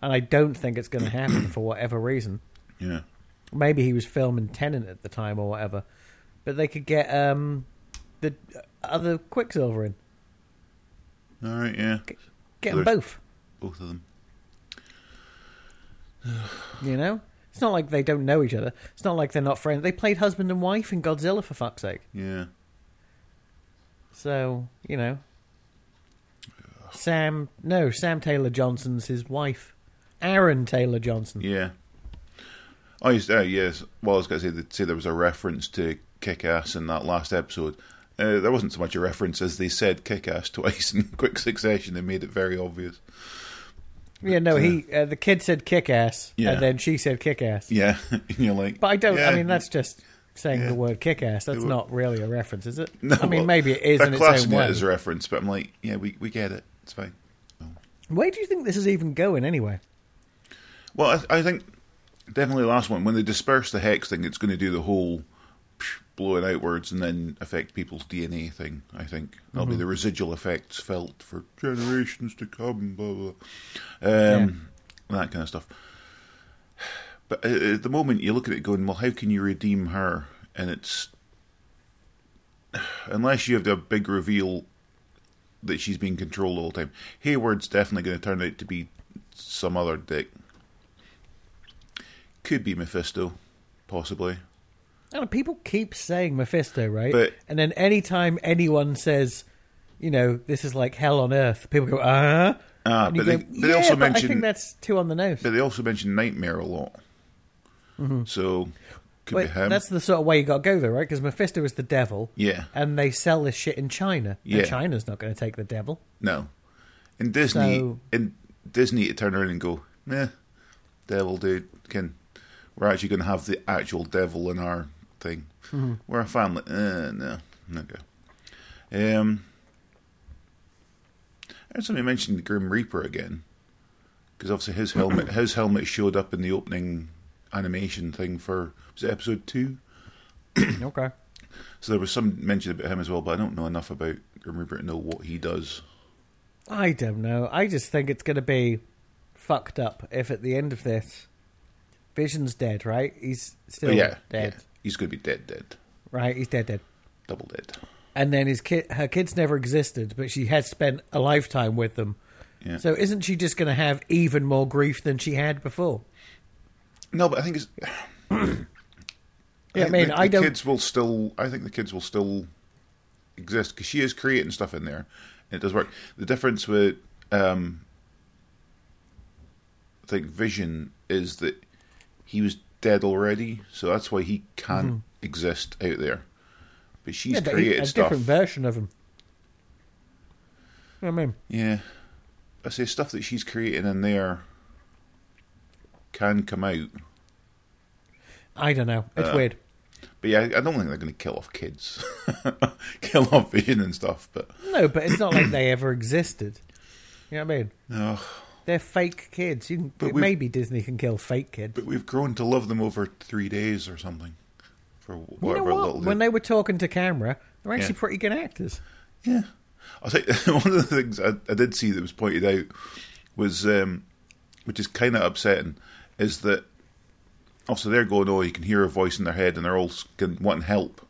Speaker 1: and I don't think it's going to happen for whatever reason,
Speaker 2: yeah.
Speaker 1: maybe he was filming Tenant at the time or whatever, but they could get um, the other Quicksilver in.
Speaker 2: All right, yeah.
Speaker 1: Get them
Speaker 2: There's-
Speaker 1: both.
Speaker 2: Both of them.
Speaker 1: You know, it's not like they don't know each other. It's not like they're not friends. They played husband and wife in Godzilla for fuck's sake.
Speaker 2: Yeah,
Speaker 1: So you know, Sam. No, Sam Taylor Johnson's his wife, Aaron Taylor Johnson.
Speaker 2: yeah. I used to, uh, yes. Well, I was going to say, they'd say there was a reference to Kick Ass in that last episode. Uh, there wasn't so much a reference as they said Kick Ass twice in quick succession. They made it very obvious.
Speaker 1: Yeah, no, he. Uh, the kid said kick ass,
Speaker 2: Yeah.
Speaker 1: and then she said kick ass.
Speaker 2: Yeah, and you're like,
Speaker 1: But I don't.
Speaker 2: yeah.
Speaker 1: I mean, that's just saying
Speaker 2: Yeah.
Speaker 1: the word kick ass. That's
Speaker 2: were-
Speaker 1: not really a reference, is it?
Speaker 2: No,
Speaker 1: I mean,
Speaker 2: well,
Speaker 1: maybe it is
Speaker 2: they're
Speaker 1: in its own
Speaker 2: classing
Speaker 1: way.
Speaker 2: it as a reference, but I'm like, yeah, we we get it. It's fine.
Speaker 1: Where do you think this is even going anyway?
Speaker 2: Well, I, I think definitely the last one when they disperse the hex thing, it's going to do the whole psh, blowing outwards and then affect people's DNA thing. I think that'll be the residual effects felt for generations to come. Blah blah, um, that kind of stuff. But a- at the moment, you look at it going, well, how can you redeem her? And it's unless you have the big reveal that she's being controlled all the time. Hayward's definitely going to turn out to be some other dick. Could be Mephisto, possibly.
Speaker 1: And people keep saying Mephisto, right?
Speaker 2: But-
Speaker 1: and then anytime anyone says, you know, this is like hell on earth, people go, uh huh.
Speaker 2: Ah,
Speaker 1: And
Speaker 2: but
Speaker 1: you
Speaker 2: they,
Speaker 1: go,
Speaker 2: but they
Speaker 1: yeah,
Speaker 2: also
Speaker 1: but I
Speaker 2: mention
Speaker 1: think that's two on the nose.
Speaker 2: but they also mention Nightmare a lot. So Could
Speaker 1: Wait,
Speaker 2: be him.
Speaker 1: that's the sort of way you got to go, though, right? Because Mephisto is the devil,
Speaker 2: Yeah.
Speaker 1: and they sell this shit in China.
Speaker 2: Yeah.
Speaker 1: and China's not going to take the devil.
Speaker 2: No. In Disney,
Speaker 1: So-
Speaker 2: in Disney, to turn around and go, eh, devil dude, can we're actually going to have the actual devil in our thing? We're a family. Eh, no, okay. Um, I heard somebody mentioned the Grim Reaper again, because obviously his helmet, his helmet showed up in the opening animation thing for was it episode two.
Speaker 1: okay.
Speaker 2: So there was some mention about him as well, but I don't know enough about Grim Reaper to know what he does.
Speaker 1: I don't know. I just think it's going to be fucked up if at the end of this, Vision's dead, right? He's still
Speaker 2: But Oh, yeah,
Speaker 1: dead,
Speaker 2: yeah, he's going to be dead, dead.
Speaker 1: right? He's dead, dead.
Speaker 2: Double dead.
Speaker 1: And then his kid, her kids never existed, but she has spent a lifetime with them.
Speaker 2: Yeah.
Speaker 1: So isn't she just going to have even more grief than she had before?
Speaker 2: No, but I think it's.
Speaker 1: Yeah, I
Speaker 2: think
Speaker 1: mean,
Speaker 2: the,
Speaker 1: I
Speaker 2: the
Speaker 1: don't-
Speaker 2: Kids will still. I think the kids will still exist because she is creating stuff in there, and it does work. The difference with, um, I think Vision is that he was dead already, so that's why he can't exist out there. Mm-hmm. But she's
Speaker 1: but he-
Speaker 2: created
Speaker 1: a
Speaker 2: stuff.
Speaker 1: different version of him. You know what I mean,
Speaker 2: Yeah. I say stuff that she's creating in there can come out.
Speaker 1: I don't know.
Speaker 2: Uh.
Speaker 1: It's weird.
Speaker 2: But yeah, I I don't think they're going to kill off kids, kill off Vision and stuff. But
Speaker 1: No, but it's not like they ever existed. You know what I mean?
Speaker 2: no,
Speaker 1: They're fake kids. You
Speaker 2: But
Speaker 1: can,
Speaker 2: we've-
Speaker 1: maybe Disney can kill fake kids.
Speaker 2: but we've grown to love them over three days or something. For
Speaker 1: You know
Speaker 2: whatever
Speaker 1: what?
Speaker 2: little.
Speaker 1: When they were talking to camera, they're actually
Speaker 2: Yeah.
Speaker 1: pretty good actors.
Speaker 2: yeah, I say one of the things I, I did see that was pointed out was, um, which is kind of upsetting, is that also they're going, oh, you can hear a voice in their head, and they're all s- can, wanting help.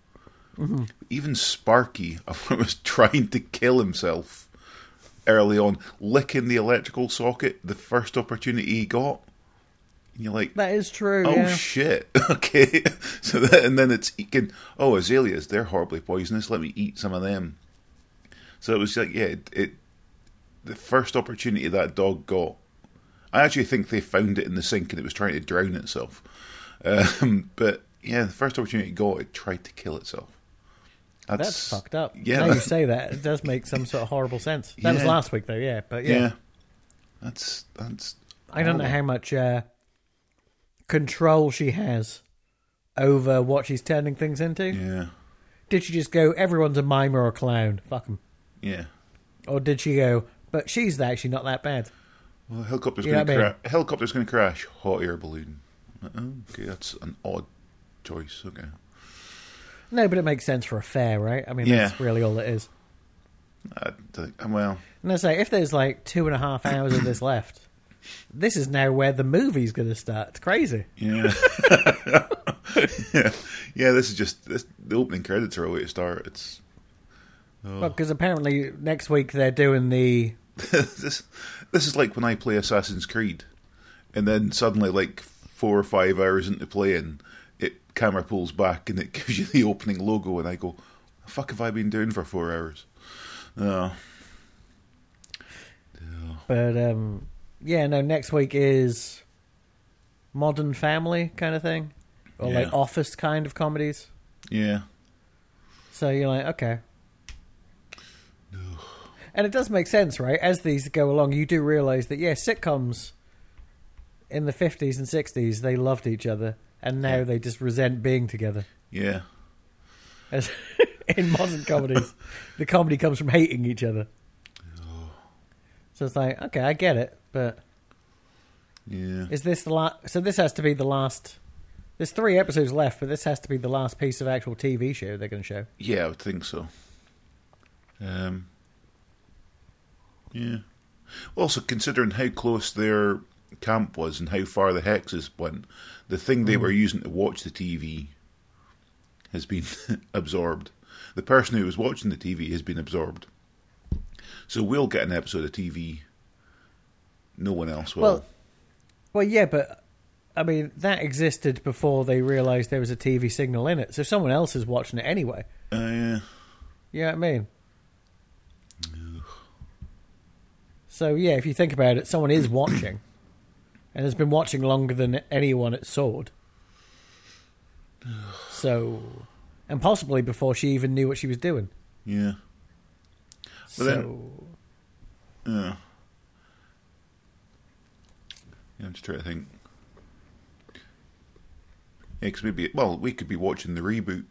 Speaker 2: Even Sparky was trying to kill himself early on, licking the electrical socket the first opportunity he got. And you're like,
Speaker 1: That is true.
Speaker 2: oh
Speaker 1: yeah.
Speaker 2: shit, okay. So that, and then it's it can, oh azaleas, they're horribly poisonous. Let me eat some of them. So it was like, yeah, it, it the first opportunity that dog got. I actually think they found it in the sink and it was trying to drown itself. Um, but yeah, the first opportunity it got, it tried to kill itself.
Speaker 1: That's fucked up.
Speaker 2: Yeah,
Speaker 1: now you
Speaker 2: that-
Speaker 1: say that, it does make some sort of horrible sense. That was
Speaker 2: Yeah.
Speaker 1: last week, though. Yeah, but
Speaker 2: Yeah. Oh.
Speaker 1: yeah,
Speaker 2: That's that's.
Speaker 1: I don't know
Speaker 2: horrible.
Speaker 1: how much uh, control she has over what she's turning things into.
Speaker 2: Yeah,
Speaker 1: Did she just go, "Everyone's a mime or a clown"? Fuck 'em."
Speaker 2: yeah.
Speaker 1: Or did she go, "But she's actually not that bad"?
Speaker 2: Well, the helicopter's
Speaker 1: You know
Speaker 2: going
Speaker 1: what I
Speaker 2: to
Speaker 1: mean?
Speaker 2: cra- helicopter's going to crash. Hot air balloon. Uh-oh, Okay, that's an odd choice. Okay,
Speaker 1: No, but it makes sense for a fair, right? I mean, that's
Speaker 2: Yeah.
Speaker 1: really all it is.
Speaker 2: I think, uh, well,
Speaker 1: And I say, if there's like two and a half hours of this left, this is now where the movie's going to start. It's crazy.
Speaker 2: yeah, yeah. This is just this, the opening credits are a way to start. It's Oh.
Speaker 1: Because apparently next week they're doing the.
Speaker 2: this. This is like when I play Assassin's Creed, and then suddenly, like four or five hours into playing, it camera pulls back and it gives you the opening logo, and I go, "The "Fuck, have I been doing for four hours?" Uh, No,
Speaker 1: But um, yeah, no, next week is Modern Family kind of thing, or
Speaker 2: Yeah.
Speaker 1: like Office kind of comedies.
Speaker 2: yeah,
Speaker 1: So you're like, okay. And it does make sense, right? As these go along, you do realize that, yeah, sitcoms in the 50s and 60s, they loved each other, and now they just resent being together.
Speaker 2: yeah.
Speaker 1: As in modern comedies, the comedy comes from hating each other. So it's like, okay, I get it, but
Speaker 2: Yeah.
Speaker 1: is this the last? So this has to be the last. There's three episodes left, but this has to be the last piece of actual TV show they're going to show.
Speaker 2: Yeah, I would think so. Um, yeah. Also, considering how close their camp was and how far the hexes went, the thing they were using to watch the TV has been absorbed. The person who was watching the TV has been absorbed. So we'll get an episode of TV. No one else will.
Speaker 1: Well, well, yeah, but I mean that existed before they realised there was a TV signal in it. So someone else is watching it anyway.
Speaker 2: Uh, yeah.
Speaker 1: You know what I mean? So yeah, if you think about it, someone is watching, and has been watching longer than anyone at Sword. So, and possibly before she even knew what she was doing.
Speaker 2: Yeah.
Speaker 1: So,
Speaker 2: But then- Yeah. yeah I'm just trying to think. Yeah, because we'd be well, we could be watching the reboot.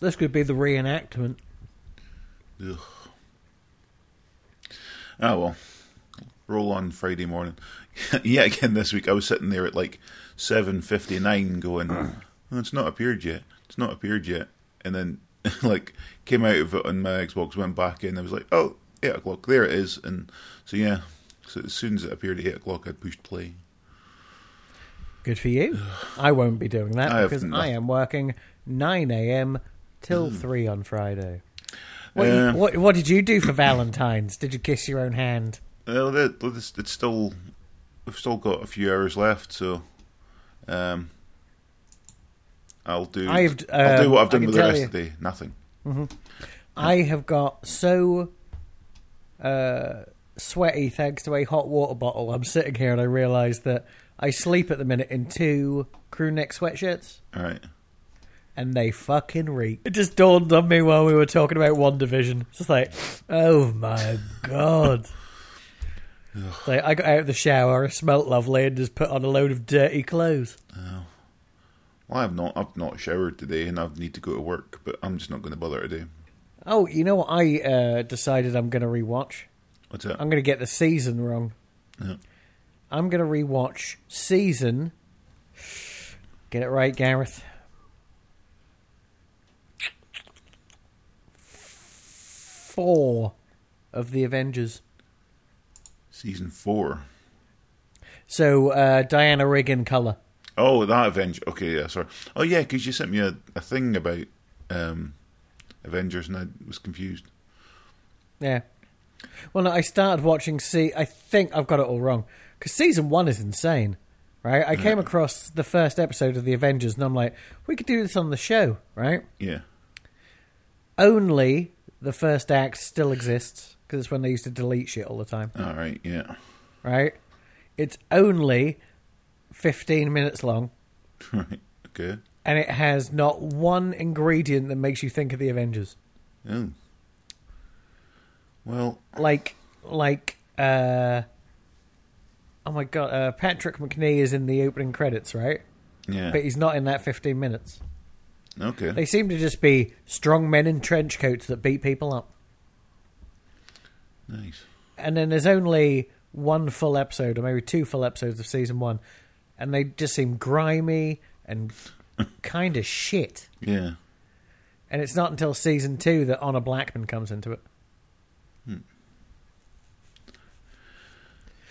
Speaker 1: this could be the reenactment.
Speaker 2: Ugh. Oh well. Roll on Friday morning. yeah, again this week I was sitting there at like seven fifty nine going, oh, it's not appeared yet. It's not appeared yet. And then like came out of it on my Xbox, went back in, I was like, Oh, eight o'clock, there it is and so yeah. So as soon as it appeared at eight o'clock I pushed play.
Speaker 1: Good for you. I won't be doing that
Speaker 2: I have
Speaker 1: because
Speaker 2: noth-
Speaker 1: I am working 9 a.m.
Speaker 2: Hmm.
Speaker 1: till 3 on Friday. What,
Speaker 2: Yeah.
Speaker 1: what, what did you do for Valentine's? Did you kiss your own hand?
Speaker 2: Well, that- well, this- it's still we've still got a few hours left, so um, I'll do.
Speaker 1: I've-
Speaker 2: I'll do what I've
Speaker 1: um, I can
Speaker 2: done with the
Speaker 1: tell
Speaker 2: rest
Speaker 1: you-
Speaker 2: of the day. Nothing.
Speaker 1: I have got so uh, sweaty thanks to a hot water bottle. I'm sitting here and I realise that I sleep at the minute in two crew neck sweatshirts.
Speaker 2: All right.
Speaker 1: and they fucking reek. It just dawned on me while we were talking about One Division. It's just like, oh my god. like I got out of the shower, I smelt lovely, and just put on a load of dirty clothes.
Speaker 2: Well, I've not. I've not showered today, and I need to go to work. But I'm just not going to bother today.
Speaker 1: Oh, you know what? I uh, decided I'm going to rewatch.
Speaker 2: What's that?
Speaker 1: I'm going to get the season wrong.
Speaker 2: Yeah.
Speaker 1: I'm going to rewatch season. Get it right, Gareth. Four of the Avengers.
Speaker 2: Season four.
Speaker 1: So uh, Diana Rigg in colour.
Speaker 2: Oh, that Avenger. Okay, yeah. Sorry. Oh, yeah, because you sent me a, a thing about um, Avengers, and I was confused.
Speaker 1: Yeah. Well, no, I started watching. See, I think I've got it all wrong because season one is insane, right? I came across the first episode of the Avengers, and I'm like, we could do this on the show, right?
Speaker 2: Yeah.
Speaker 1: Only the first act still exists because it's when they used to delete shit all the time,
Speaker 2: All right. Yeah.
Speaker 1: right? It's only fifteen minutes long,
Speaker 2: right. Okay.
Speaker 1: and it has not one ingredient that makes you think of the Avengers.
Speaker 2: Oh. Well.
Speaker 1: like like uh oh my god uh, patrick mcnee is in the opening credits right
Speaker 2: Yeah.
Speaker 1: but he's not in that 15 minutes
Speaker 2: Okay.
Speaker 1: they seem to just be strong men in trench coats that beat people up
Speaker 2: Nice.
Speaker 1: and then there's only one full episode or maybe two full episodes of season one and they just seem grimy and kind of shit
Speaker 2: Yeah.
Speaker 1: and it's not until season two that honor blackman comes into it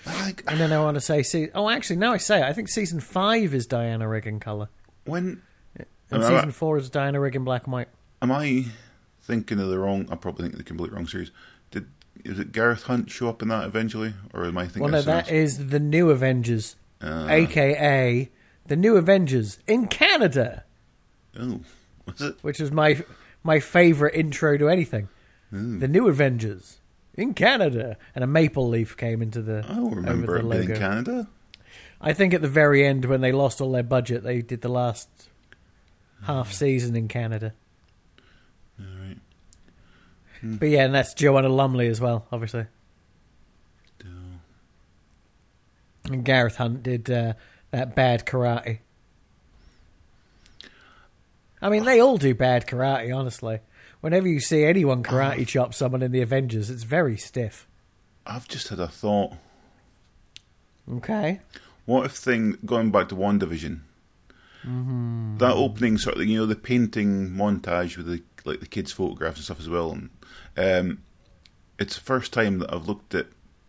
Speaker 2: I like
Speaker 1: and then i want to say see oh actually now i say it, i think season five is diana rigg in color
Speaker 2: when
Speaker 1: and
Speaker 2: Am I-
Speaker 1: season four is diana rigg in black and white
Speaker 2: am Oh, I thinking of the wrong? I probably think the complete wrong series. Did is it Gareth Hunt show up in that eventually, or am I Ah. thinking?
Speaker 1: Well, no,
Speaker 2: of someone
Speaker 1: that
Speaker 2: else?
Speaker 1: is the new Avengers, aka the new Avengers in Canada,
Speaker 2: Oh, was it?
Speaker 1: which is my my favorite intro to anything.
Speaker 2: Hmm.
Speaker 1: The new Avengers in Canada, and a maple leaf came into the.
Speaker 2: I don't
Speaker 1: over
Speaker 2: remember it
Speaker 1: the
Speaker 2: being in
Speaker 1: logo.
Speaker 2: Canada.
Speaker 1: I think at the very end when they lost all their budget, they did the last half season in Canada.
Speaker 2: Alright.
Speaker 1: But yeah, and that's Joanna Lumley as well, obviously. And Gareth Hunt did uh, that bad karate. I mean, they all do bad karate, honestly. Whenever you see anyone karate chop someone in the Avengers, it's very stiff.
Speaker 2: I've just had a thought.
Speaker 1: Okay.
Speaker 2: What if thing going back to One Division?
Speaker 1: Mm-hmm.
Speaker 2: That opening sort of you know the painting montage with the like the kids' photographs and stuff as well, and um, it's the first time that I've looked at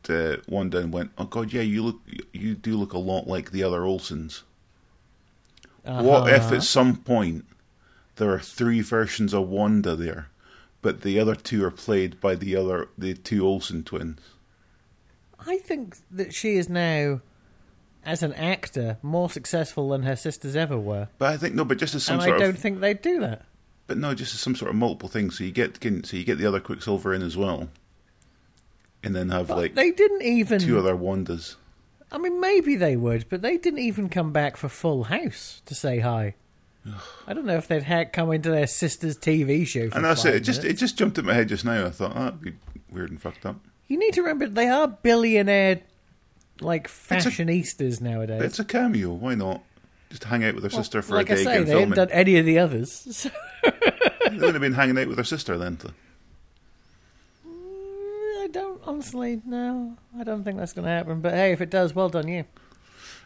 Speaker 2: uh, Wanda and went, "Oh God, yeah, you look you do look a lot like the other Olsons." What
Speaker 1: Uh-huh.
Speaker 2: if at some point there are three versions of Wanda there, but the other two are played by the other the two Olsen twins?
Speaker 1: I think that she is now, as an actor, more successful than her sisters ever were.
Speaker 2: But I think no, but just as some
Speaker 1: and I
Speaker 2: sort of
Speaker 1: don't think they'd do that.
Speaker 2: But no, just as some sort of multiple thing. So you get can- so you get the other Quicksilver in as well, and then have like
Speaker 1: They didn't even.
Speaker 2: two other Wandas.
Speaker 1: I mean, maybe they would, but they didn't even come back for Full House to say hi. I don't know if they'd ha- come into their sister's TV show. For
Speaker 2: And that's
Speaker 1: five
Speaker 2: it. It just
Speaker 1: minutes.
Speaker 2: it just jumped in my head just now. I thought oh, that'd be weird and fucked up.
Speaker 1: You need to remember they are billionaire, like fashionistas nowadays.
Speaker 2: But it's a cameo. Why not? Just hang out with her sister for
Speaker 1: like
Speaker 2: a
Speaker 1: I
Speaker 2: day.
Speaker 1: say,
Speaker 2: again,
Speaker 1: they haven't
Speaker 2: filming.
Speaker 1: done any of the others. So,
Speaker 2: they would have been hanging out with her sister then.
Speaker 1: I don't honestly. No, I don't think that's going to happen. But hey, if it does, well done you.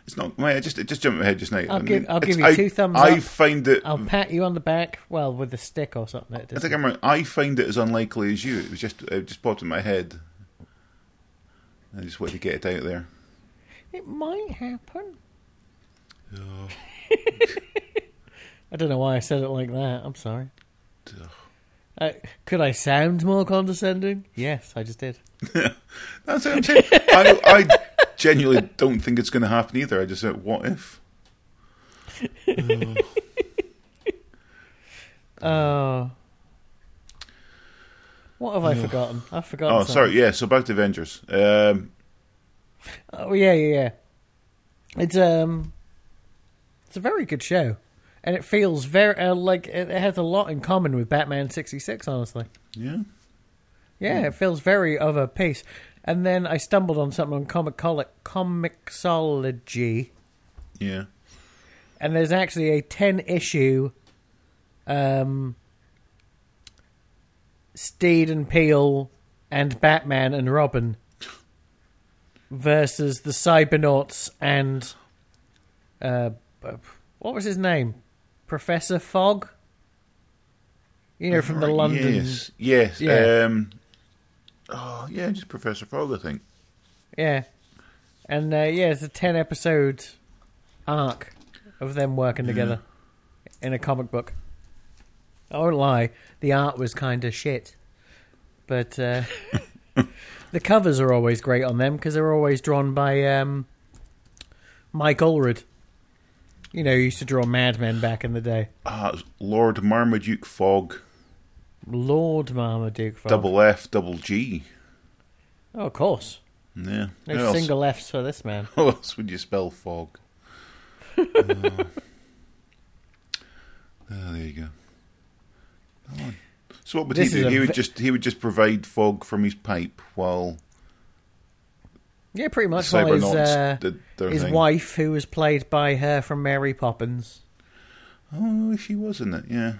Speaker 2: It's not. Wait, I just it just jumped in my head just now.
Speaker 1: I'll
Speaker 2: I
Speaker 1: give- I'll give
Speaker 2: it's-
Speaker 1: you
Speaker 2: I-
Speaker 1: two thumbs
Speaker 2: I
Speaker 1: up.
Speaker 2: find it.
Speaker 1: I'll pat you on the back, well, with a stick or something. It
Speaker 2: Mm. I
Speaker 1: does.
Speaker 2: think I'm right. I find it as unlikely as you. It was just it just popped in my head. I just wanted to get it out there.
Speaker 1: It might happen. I don't know why I said it like that. I'm sorry.
Speaker 2: Ugh.
Speaker 1: Uh, could I sound more condescending? Yes, I just did.
Speaker 2: That's what I'm saying. I, I genuinely don't think it's going to happen either. I just said, what if? Uh-huh.
Speaker 1: Oh. What have I forgotten? I've forgotten.
Speaker 2: Oh,
Speaker 1: something.
Speaker 2: sorry. Yeah. So back to Avengers. Um,
Speaker 1: Oh yeah, yeah, yeah. It's um, it's a very good show, and it feels very uh, like it it has a lot in common with Batman sixty six. Honestly,
Speaker 2: yeah.
Speaker 1: yeah, it feels very of a piece. And then I stumbled on something on Comicolo- Comixology,
Speaker 2: Yeah.
Speaker 1: and there's actually a ten issue, um, Steed and Peel and Batman and Robin versus the Cybernauts and uh, uh, what was his name, Professor Fogg. You know, from the
Speaker 2: Right,
Speaker 1: London.
Speaker 2: Yes. Yes.
Speaker 1: Yeah.
Speaker 2: Um, oh, yeah. Just Professor Frog, I think.
Speaker 1: Yeah. And uh, yeah, it's a 10 episode arc of them working together in a comic book. I won't lie, the art was kind of shit. But uh, the covers are always great on them because they're always drawn by um, Mike Allred. You know, he used to draw Mad Men back in the day.
Speaker 2: Ah, it was Lord Marmaduke Fogg.
Speaker 1: Lord Marmaduke. Fogg.
Speaker 2: Double F, double G.
Speaker 1: Oh, of course.
Speaker 2: Yeah.
Speaker 1: No
Speaker 2: How else-
Speaker 1: single F's for this man.
Speaker 2: How else would you spell fog? uh, oh, Ah. there you go. Come on. So what would
Speaker 1: This
Speaker 2: he
Speaker 1: is
Speaker 2: do?
Speaker 1: a
Speaker 2: He would
Speaker 1: ve-
Speaker 2: just he would just provide fog from his pipe while
Speaker 1: Yeah, pretty much. while his,
Speaker 2: cybernauts
Speaker 1: uh,
Speaker 2: did their
Speaker 1: his
Speaker 2: thing.
Speaker 1: wife, who was played by her from Mary Poppins.
Speaker 2: Oh, she was in it. Yeah,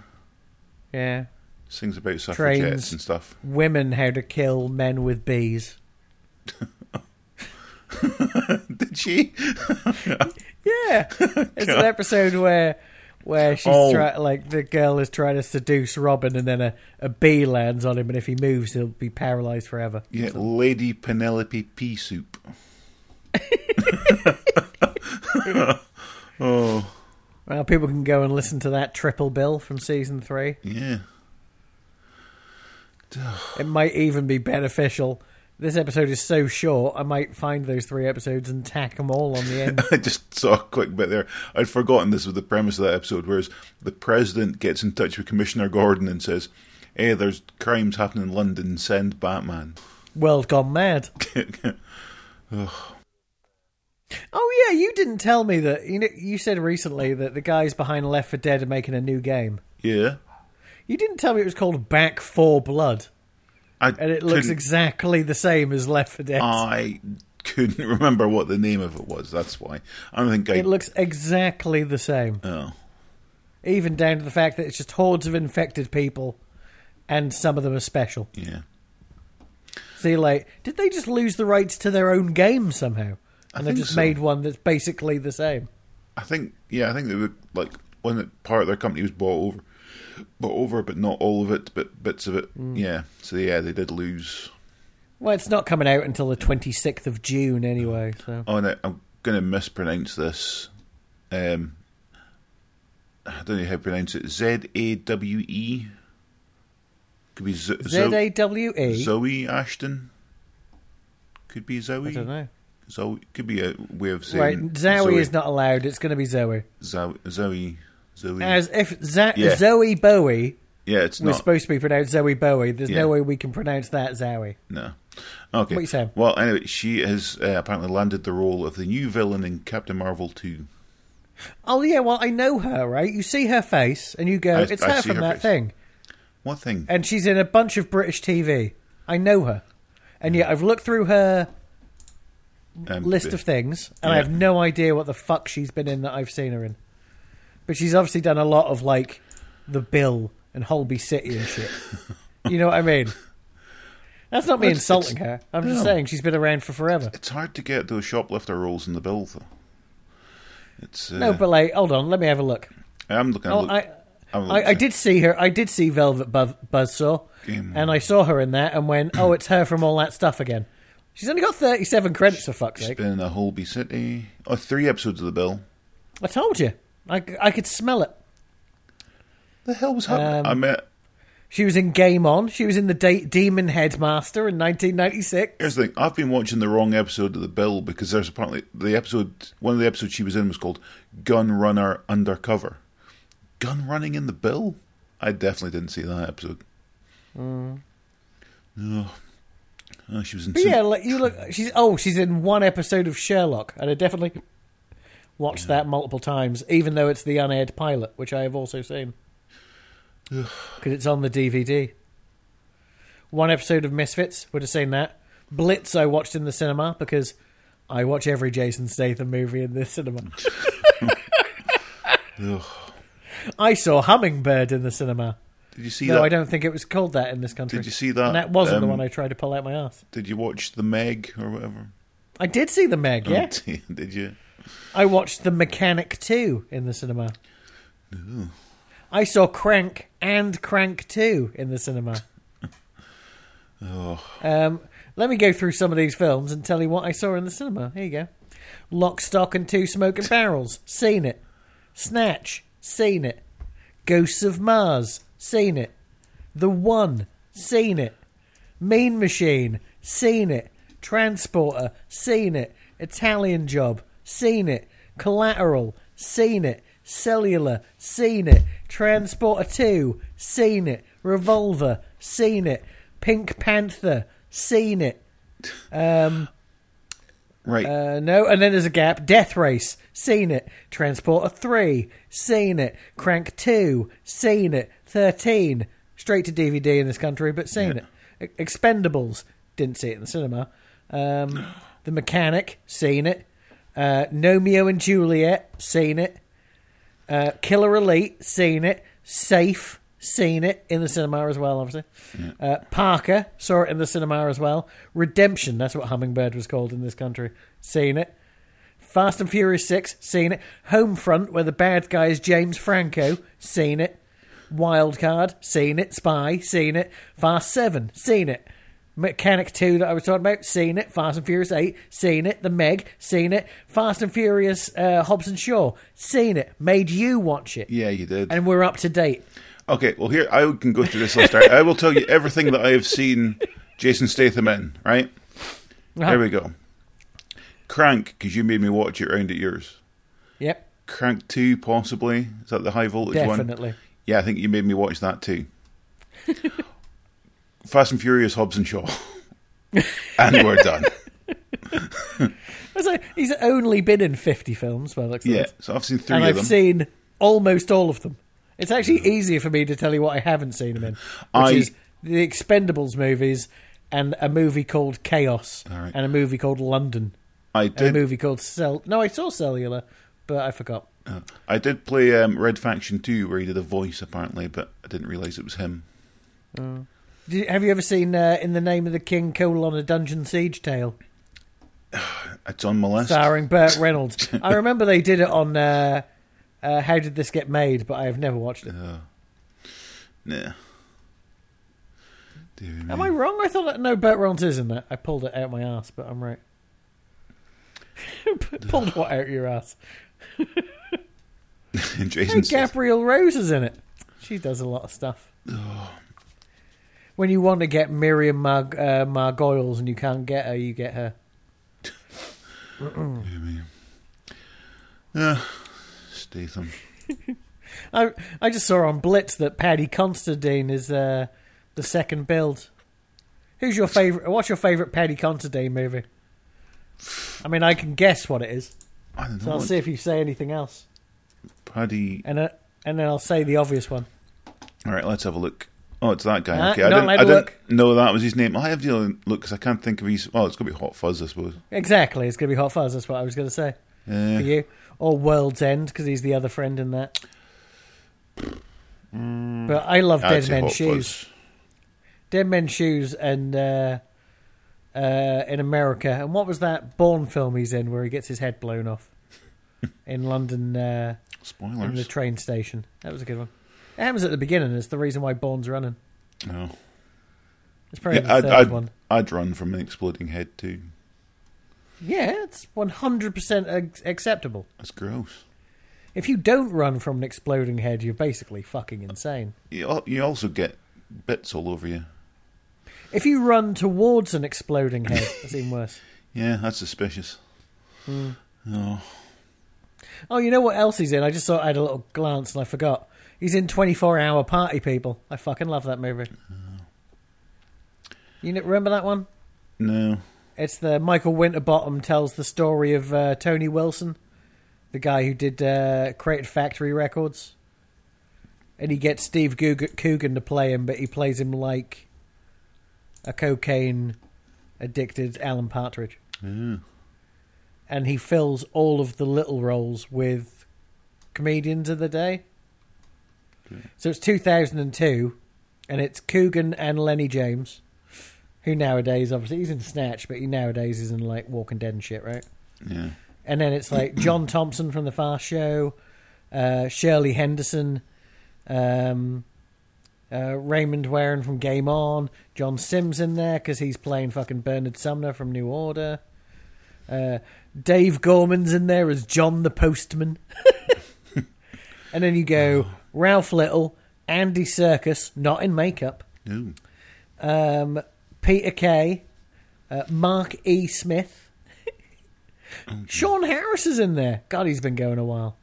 Speaker 1: Yeah.
Speaker 2: sings about suffragettes
Speaker 1: Trains.
Speaker 2: and stuff.
Speaker 1: Women how to kill men with bees.
Speaker 2: Did she?
Speaker 1: Yeah. it's an episode where where she's
Speaker 2: Oh.
Speaker 1: try, like the girl is trying to seduce Robin and then a, a bee lands on him and if he moves he'll be paralyzed forever.
Speaker 2: Yeah, Lady Penelope Pea Soup. oh
Speaker 1: Well, people can go and listen to that triple bill from season 3.
Speaker 2: yeah.
Speaker 1: It might even be beneficial. This episode is so short, I might find those three episodes and tack them all on the end.
Speaker 2: I just saw a quick bit there. I'd forgotten this was the premise of that episode, whereas the president gets in touch with Commissioner Gordon and says, Hey, there's crimes happening in London, send Batman.
Speaker 1: World gone mad. Oh yeah, you didn't tell me that. You know, you said recently that the guys behind Left 4 Dead are making a new game.
Speaker 2: yeah.
Speaker 1: You didn't tell me it was called Back 4 Blood,
Speaker 2: I
Speaker 1: and it looks
Speaker 2: couldn't- Ah.
Speaker 1: exactly the same as Left 4 Dead.
Speaker 2: I couldn't remember what the name of it was, that's why. I don't think I.
Speaker 1: it looks exactly the same,
Speaker 2: oh.
Speaker 1: even down to the fact that it's just hordes of infected people, and some of them are special.
Speaker 2: Yeah.
Speaker 1: So you're like, did they just lose the rights to their own game somehow? And they've
Speaker 2: think
Speaker 1: just
Speaker 2: so.
Speaker 1: made one that's basically the same.
Speaker 2: I think, yeah, I think they were like, when it, part of their company was bought over. Bought over, but not all of it, but bits of it.
Speaker 1: Mm.
Speaker 2: Yeah. So, yeah, they did lose.
Speaker 1: Well, it's not coming out until the 26th of June anyway, so.
Speaker 2: Oh, no, I'm going to mispronounce this. Um, I don't know how to pronounce it. Z A W E. Could be Zo-
Speaker 1: Z A
Speaker 2: Zo-
Speaker 1: W E.
Speaker 2: Zoe Ashton. Could be Zoe.
Speaker 1: I don't know.
Speaker 2: Zoe could be a way of saying.
Speaker 1: Right, Zoe, is not allowed. It's going to be Zoe.
Speaker 2: Zoe. Zoe. Zoe.
Speaker 1: As if Za-
Speaker 2: Yeah.
Speaker 1: Zoe Bowie
Speaker 2: yeah, it's
Speaker 1: was
Speaker 2: not.
Speaker 1: supposed to be pronounced Zoe Bowie, there's
Speaker 2: Yeah.
Speaker 1: no way we can pronounce that Zoe.
Speaker 2: no. Okay.
Speaker 1: What you saying?
Speaker 2: Well, anyway, she has uh, apparently landed the role of the new villain in Captain Marvel 2.
Speaker 1: Oh yeah, well I know her, right? You see her face and you go,
Speaker 2: I-
Speaker 1: it's
Speaker 2: I
Speaker 1: her
Speaker 2: see
Speaker 1: from
Speaker 2: her
Speaker 1: that
Speaker 2: face.
Speaker 1: thing,
Speaker 2: What thing?
Speaker 1: and she's in a bunch of British TV. I know her, and yet I've looked through her
Speaker 2: Um,
Speaker 1: list of things, and I
Speaker 2: Yeah.
Speaker 1: have no idea what the fuck she's been in that I've seen her in. But she's obviously done a lot of like the Bill and Holby City and shit. you know what I mean? That's not me
Speaker 2: It's-
Speaker 1: insulting her.
Speaker 2: it's-
Speaker 1: I'm just
Speaker 2: no.
Speaker 1: saying she's been around for forever.
Speaker 2: It's hard to get those shoplifter roles in the bill, though. It's, uh,
Speaker 1: No, but like, hold on, let me have a look.
Speaker 2: I'm looking.
Speaker 1: Oh,
Speaker 2: look,
Speaker 1: I,
Speaker 2: I'm
Speaker 1: I, I
Speaker 2: looking.
Speaker 1: did see her. I did see Velvet Buzz, Buzzsaw,
Speaker 2: Game
Speaker 1: and I saw her in that, and went, "Oh, it's her from all that stuff again." She's only got thirty-seven credits for fuck's
Speaker 2: It's
Speaker 1: sake.
Speaker 2: been in a Holby City. Oh, three episodes of the bill.
Speaker 1: I told you, I, c- I could smell it.
Speaker 2: The hell was happening?
Speaker 1: Um,
Speaker 2: I met.
Speaker 1: She was in Game On. She was in the da- Demon Headmaster in 1996.
Speaker 2: Here's the thing. I've been watching the wrong episode of the bill because there's apparently the episode. One of the episodes she was in was called "Gun Runner Undercover." Gun running in the bill. I definitely didn't see that episode. Oh. Oh, she was in.
Speaker 1: Mm. But
Speaker 2: Sin-
Speaker 1: yeah, like you look. She's oh, she's in one episode of Sherlock, and I definitely watched that multiple times, even though it's the unaired pilot, which I have also seen because it's on the DVD. One episode of Misfits would have seen that. Blitz I watched in the cinema because I watch every Jason Statham movie in the cinema.
Speaker 2: Ugh.
Speaker 1: I saw Hummingbird in the cinema.
Speaker 2: Did you see
Speaker 1: No,
Speaker 2: that?
Speaker 1: I don't think it was called that in this country.
Speaker 2: Did you see that,
Speaker 1: And that wasn't the
Speaker 2: um,
Speaker 1: one I tried to pull out my ass.
Speaker 2: Did you watch the Meg or whatever?
Speaker 1: I did see the Meg, yeah.
Speaker 2: Did you?
Speaker 1: I watched The Mechanic 2 in the cinema. I saw Crank and Crank 2 in the cinema. Um, let me go through some of these films and tell you what I saw in the cinema. Here you go. Lock, Stock and Two Smoking Barrels. Seen it. Snatch. Seen it. Ghosts of Mars. Seen it. The One. Seen it. Mean Machine, seen it. Transporter, seen it. Italian Job, seen it. Collateral, seen it. Cellular, seen it. Transporter 2, seen it. Revolver, seen it. Pink Panther, seen it.
Speaker 2: Right.
Speaker 1: Uh, no, and then there's a gap. Death Race, seen it. Transporter 3, seen it. Crank 2, seen it. 13, straight to DVD in this country, but seen it. E- Expendables, didn't see it in the cinema. Um, the Mechanic, seen it. Uh, Nomeo and Juliet, seen it. Uh, Killer Elite, seen it. Safe, seen it in the cinema as well, obviously. Uh, Parker, saw it in the cinema as well. Redemption, that's what Hummingbird was called in this country, seen it. Fast and Furious 6, seen it. Homefront, where the bad guy is James Franco, seen it. Wildcard, seen it. Spy, seen it. Fast 7, seen it. Mechanic 2 that I was talking about, seen it. Fast and Furious 8, seen it. The Meg, seen it. Fast and Furious uh, Hobbs and Shaw, seen it. Made you watch it.
Speaker 2: yeah, you did.
Speaker 1: And we're up to date.
Speaker 2: Okay, well here I can go through this list. Right? I will tell you everything that I have seen Jason Statham in. Right
Speaker 1: Uh-huh.
Speaker 2: there we go. Crank, because you made me watch it round at yours.
Speaker 1: Yep,
Speaker 2: Crank two, possibly. Is that the high voltage one?
Speaker 1: definitely.
Speaker 2: Yeah, I think you made me watch that too. Fast and Furious, Hobbs and Shaw, and we're done.
Speaker 1: That's like- he's only been in 50 films, by the looks of
Speaker 2: Yeah,
Speaker 1: it.
Speaker 2: so I've seen 3
Speaker 1: and
Speaker 2: of
Speaker 1: I've
Speaker 2: them.
Speaker 1: seen almost all of them. It's actually easier for me to tell you what I haven't seen him in, which
Speaker 2: I-
Speaker 1: is the Expendables movies and a movie called Chaos
Speaker 2: All right.
Speaker 1: and a movie called London
Speaker 2: I
Speaker 1: and
Speaker 2: did.
Speaker 1: a movie called Cell. No, I saw Cellular, but I forgot.
Speaker 2: uh, I did play um, Red Faction two, where he did a voice apparently, but I didn't realize it was him.
Speaker 1: Did you- have you ever seen uh, In the Name of the King: Colon on a Dungeon Siege Tale?
Speaker 2: It's on my list.
Speaker 1: starring Burt Reynolds. I remember they did it on uh, uh, How Did This Get Made, but I have never watched it.
Speaker 2: Uh, Nah. Dear me.
Speaker 1: Am I wrong? I thought that, no, Burt Reynolds is in that. I pulled it out my ass, but I'm right. pulled what out your ass?
Speaker 2: Jason
Speaker 1: No,
Speaker 2: says-
Speaker 1: Gabrielle Rose is in it. She does a lot of stuff. When you want to get Miriam Mar- uh, Margoyles and you can't get her, you get her.
Speaker 2: Dear me. Ah, Statham.
Speaker 1: I I just saw on Blitz that Paddy Considine is uh, the second build. Who's your favorite? What's your favorite Penny Considine movie? I mean, I can guess what it is.
Speaker 2: I don't
Speaker 1: So
Speaker 2: know.
Speaker 1: I'll see if you say anything else,
Speaker 2: Paddy.
Speaker 1: and uh, and then I'll say the obvious one.
Speaker 2: All right, let's have a look. Oh, it's that guy.
Speaker 1: Uh,
Speaker 2: okay,
Speaker 1: you're
Speaker 2: I
Speaker 1: not
Speaker 2: didn't,
Speaker 1: allowed
Speaker 2: I
Speaker 1: to
Speaker 2: didn't
Speaker 1: look.
Speaker 2: know that was his name. I have to look because I can't think of his. Oh, it's going to be Hot Fuzz, I suppose.
Speaker 1: Exactly, it's gonna be Hot Fuzz. That's what I was gonna say
Speaker 2: Uh,
Speaker 1: for you, or World's End because he's the other friend in that. But I love
Speaker 2: I'd
Speaker 1: Dead
Speaker 2: say
Speaker 1: Men's
Speaker 2: Mm. Hot
Speaker 1: Shoes.
Speaker 2: Fuzz.
Speaker 1: Dead Men's Shoes and uh, uh, in America. And what was that Bourne film he's in where he gets his head blown off in London uh, in the
Speaker 2: Spoilers.
Speaker 1: train station? That was a good one. It happens at the beginning. It's the reason why Bourne's running.
Speaker 2: no.
Speaker 1: It's probably
Speaker 2: Yeah, I'd,
Speaker 1: the 3rd
Speaker 2: I'd,
Speaker 1: one.
Speaker 2: I'd run from an exploding head too.
Speaker 1: Yeah, it's 100% ac- acceptable.
Speaker 2: That's gross.
Speaker 1: If you don't run from an exploding head, you're basically fucking insane.
Speaker 2: You, al- you also get bits all over you.
Speaker 1: If you run towards an exploding head, that's even worse.
Speaker 2: Yeah, that's suspicious. Oh,
Speaker 1: Oh, you know what else he's in? I just saw. I had a little glance and I forgot. He's in Twenty Four Hour Party People. I fucking love that movie. You kn- remember that one?
Speaker 2: no.
Speaker 1: It's the Michael Winterbottom tells the story of uh, Tony Wilson, the guy who did uh, created Factory Records, and he gets Steve Goog- Coogan to play him, but he plays him like a cocaine addicted Alan Partridge,
Speaker 2: Yeah.
Speaker 1: and he fills all of the little roles with comedians of the day. So it's 2002, and it's Coogan and Lenny James, who nowadays obviously he's in Snatch, but he nowadays is in like Walking Dead and shit, right?
Speaker 2: Yeah.
Speaker 1: And then it's like John Thompson from The Fast Show, uh, Shirley Henderson, um, uh, Raymond Warren from Game On, John Sims in there because he's playing fucking Bernard Sumner from New Order. Uh, Dave Gorman's in there as John the Postman. and then you go Ralph Little, Andy Circus, not in makeup,
Speaker 2: No.
Speaker 1: um, Peter Kay, uh, Mark E. Smith. Sean Harris is in there. God, he's been going a while.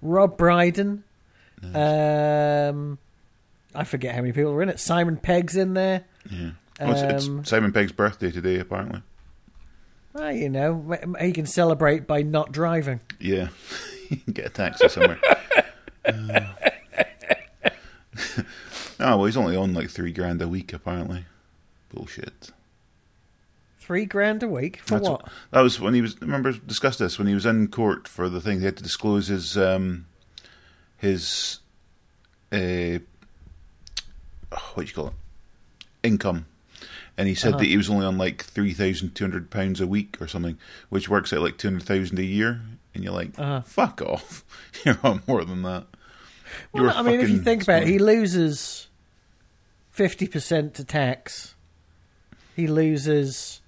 Speaker 1: Rob Brydon. Um, I forget how many people are in it. Simon Pegg's in there.
Speaker 2: Yeah. Oh, it's,
Speaker 1: Um,
Speaker 2: it's Simon Pegg's birthday today, apparently.
Speaker 1: Well, you know, m- he can celebrate by not driving.
Speaker 2: Yeah. you can get a taxi somewhere. Uh. oh, well, he's only on like three grand a week, apparently. Bullshit.
Speaker 1: Three grand a week for
Speaker 2: That's-
Speaker 1: what?
Speaker 2: That was when he was. Remember, discussed this when he was in court for the thing. He had to disclose his um, his uh, oh, what do you call it income, and he said
Speaker 1: Uh-huh.
Speaker 2: that he was only on like three thousand two hundred pounds a week or something, which works out like two hundred thousand a year. And you're like,
Speaker 1: Uh-huh.
Speaker 2: fuck off! You're on more than that.
Speaker 1: Well,
Speaker 2: You're a
Speaker 1: I mean, if you
Speaker 2: fucking
Speaker 1: think about it, he
Speaker 2: smug.
Speaker 1: loses 50% to tax. He loses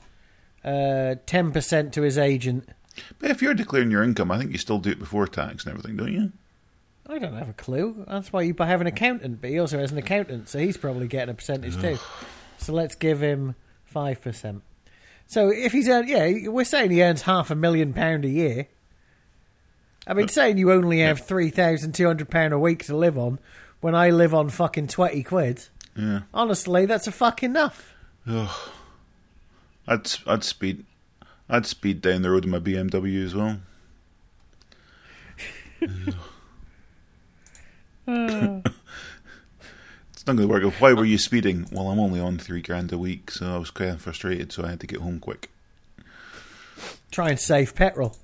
Speaker 1: uh, 10% to his agent.
Speaker 2: But if you're declaring your income, I think you still do it before tax and everything, don't you?
Speaker 1: I don't have a clue. That's why you have an accountant, but he also has an accountant, so he's probably getting a percentage too. So let's give him 5%. So if he's earned, yeah, we're saying he earns half a million pound a year. I mean, saying you only have £3,200 a week to live on when I live on fucking 20 quid.
Speaker 2: Yeah.
Speaker 1: Honestly, that's a fuck enough.
Speaker 2: Ugh. I'd s- I'd speed I'd speed down the road in my BMW as well. it's not going to work. Why were you speeding? Well, I'm only on three grand a week, so I was kind of frustrated, so I had to get home quick.
Speaker 1: Try and save petrol.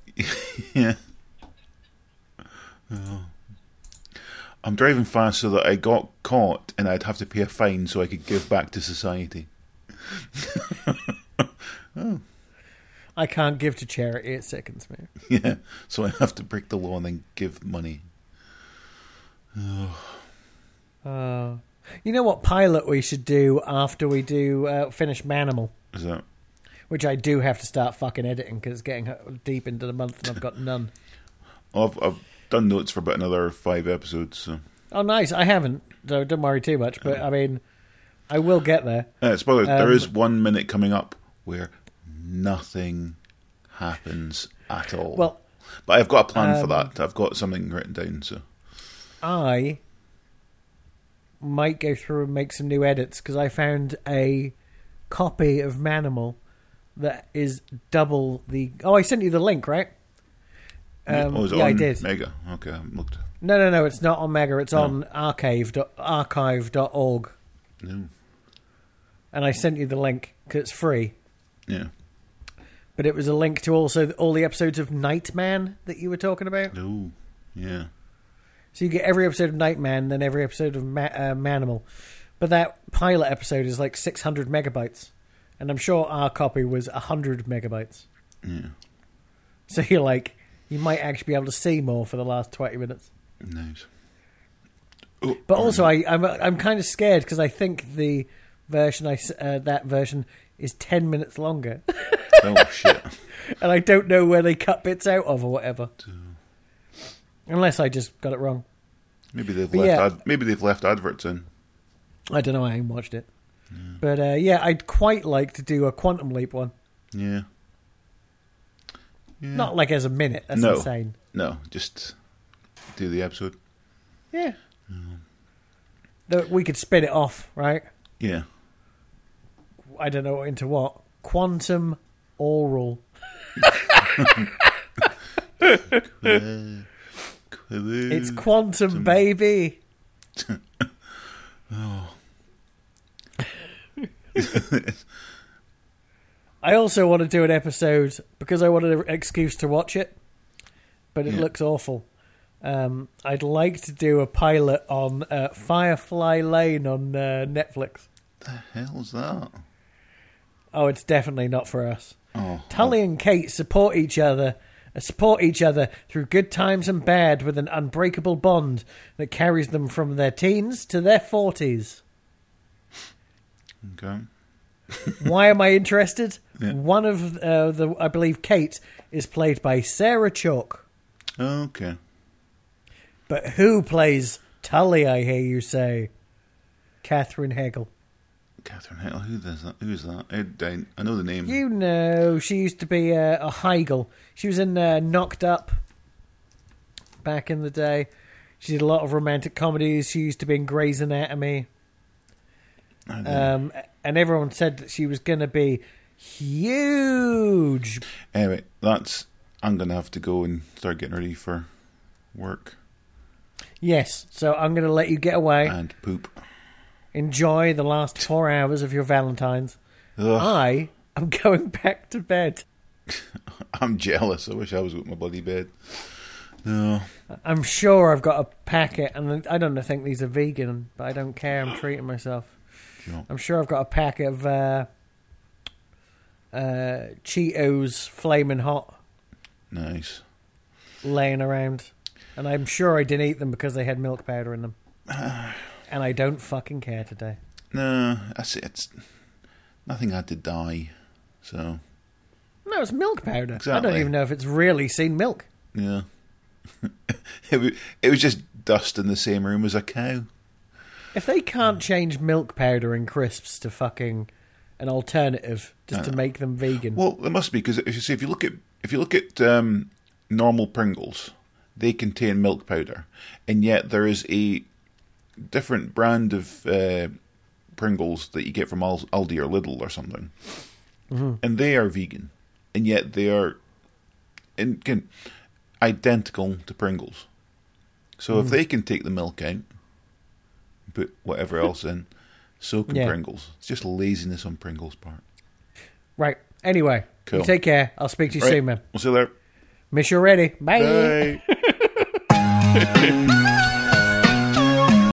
Speaker 2: yeah. Oh. I'm driving fast so that I got caught and I'd have to pay a fine so I could give back to society.
Speaker 1: I can't give to charity, it sickens me.
Speaker 2: Yeah, so I have to break the law and then give money.
Speaker 1: Oh. You know what pilot we should do after we do uh, finish Manimal?
Speaker 2: Is that?
Speaker 1: which I do have to start fucking editing because it's getting deep into the month and I've got none.
Speaker 2: oh, I've I've done notes for about another five episodes. So
Speaker 1: Oh, nice. I haven't, so don't worry too much. But I mean, I will get there.
Speaker 2: uh, spoilers. there
Speaker 1: Um,
Speaker 2: is one minute coming up where nothing happens at all.
Speaker 1: Well,
Speaker 2: but I've got a plan for
Speaker 1: um,
Speaker 2: that. I've got something written down. So
Speaker 1: I might go through and make some new edits because I found a copy of Manimal that is double the. Oh, I sent you the link, right? Um,
Speaker 2: oh, is it
Speaker 1: yeah, I
Speaker 2: on
Speaker 1: did.
Speaker 2: Mega. Okay, I haven't looked.
Speaker 1: No, no, no. It's not on Mega. It's on archive dot- archive.org.
Speaker 2: No.
Speaker 1: And I sent you the link because it's free.
Speaker 2: Yeah.
Speaker 1: But it was a link to also all the episodes of Nightman that you were talking about.
Speaker 2: No. Yeah.
Speaker 1: So you get every episode of Nightman, then every episode of Ma- uh, Manimal. But that pilot episode is like 600 megabytes. And I'm sure our copy was 100 megabytes.
Speaker 2: Yeah.
Speaker 1: So you're like, you might actually be able to see more for the last 20 minutes.
Speaker 2: Nice. Oh,
Speaker 1: But
Speaker 2: oh,
Speaker 1: also, I, I'm, I'm kind of scared because I think the version, I, s- uh, that version is 10 minutes longer.
Speaker 2: oh shit.
Speaker 1: and I don't know where they cut bits out of or whatever. Unless I just got it wrong.
Speaker 2: Maybe they've
Speaker 1: But
Speaker 2: left.
Speaker 1: yeah.
Speaker 2: Ad- maybe they've left adverts in.
Speaker 1: I don't know, I ain't watched it. But uh, yeah, I'd quite like to do a Quantum Leap one.
Speaker 2: Yeah. Yeah.
Speaker 1: Not like as a minute. That's
Speaker 2: No.
Speaker 1: insane.
Speaker 2: No, just do the episode.
Speaker 1: Yeah. That we could spin it off, right?
Speaker 2: Yeah.
Speaker 1: I don't know into what. Quantum oral. It's quantum, baby. Oh. I also want to do an episode because I wanted an excuse to watch it, but it
Speaker 2: Yeah.
Speaker 1: looks awful. Um, I'd like to do a pilot on uh, Firefly Lane on uh, Netflix.
Speaker 2: hell's that?
Speaker 1: Oh, it's definitely not for us.
Speaker 2: Oh,
Speaker 1: Tully and Kate support each other, uh, support each other through good times and bad with an unbreakable bond that carries them from their teens to their 40s.
Speaker 2: okay.
Speaker 1: Why am I interested?
Speaker 2: Yeah.
Speaker 1: One of uh, the I believe Kate is played by Sarah Chalk,
Speaker 2: Okay.
Speaker 1: but who plays Tully, I hear you say? Catherine Hegel.
Speaker 2: Catherine Hale, who does that? Who is that? I, I, I know the name.
Speaker 1: You know, she used to be uh, a Heigl. She was in uh, Knocked Up back in the day. She did a lot of romantic comedies. She used to be in Grey's Anatomy. Um, and everyone said that she was going to be huge.
Speaker 2: Anyway, that's. I'm gonna have to go and start getting ready for work
Speaker 1: Yes, so I'm going to let you get away.
Speaker 2: and poop.
Speaker 1: Enjoy the last four hours of your Valentine's.
Speaker 2: Ugh,
Speaker 1: I am going back to bed.
Speaker 2: I'm jealous. I wish I was with my bloody bed. No.
Speaker 1: I'm sure I've got a packet, and I don't think these are vegan, but I don't care. I'm treating myself.
Speaker 2: Sure.
Speaker 1: I'm sure I've got a packet of uh, uh, Cheetos Flamin' Hot
Speaker 2: Nice.
Speaker 1: laying around, and I'm sure I didn't eat them because they had milk powder in them. And I don't fucking care today.
Speaker 2: No, that's it's nothing had to die. So
Speaker 1: No, it's milk powder. I don't
Speaker 2: Exactly.
Speaker 1: even know if it's really seen milk.
Speaker 2: yeah, it was it was just dust in the same room as a cow.
Speaker 1: If they can't change milk powder and crisps to fucking an alternative just to make them vegan,
Speaker 2: Well, it must be because if you see, if you look at if you look at um, normal Pringles, they contain milk powder, and yet there is a different brand of uh, Pringles that you get from Al- Aldi or Lidl or something, and they are vegan, and yet they are, in, can, identical to Pringles. So if they can take the milk out, and put whatever else in, so can
Speaker 1: Yeah.
Speaker 2: Pringles. It's just laziness on Pringles' part.
Speaker 1: right? Anyway, you
Speaker 2: Cool.
Speaker 1: take care. I'll speak to you
Speaker 2: Right.
Speaker 1: soon, man.
Speaker 2: We'll see you later.
Speaker 1: Miss you already. Bye.
Speaker 2: Bye.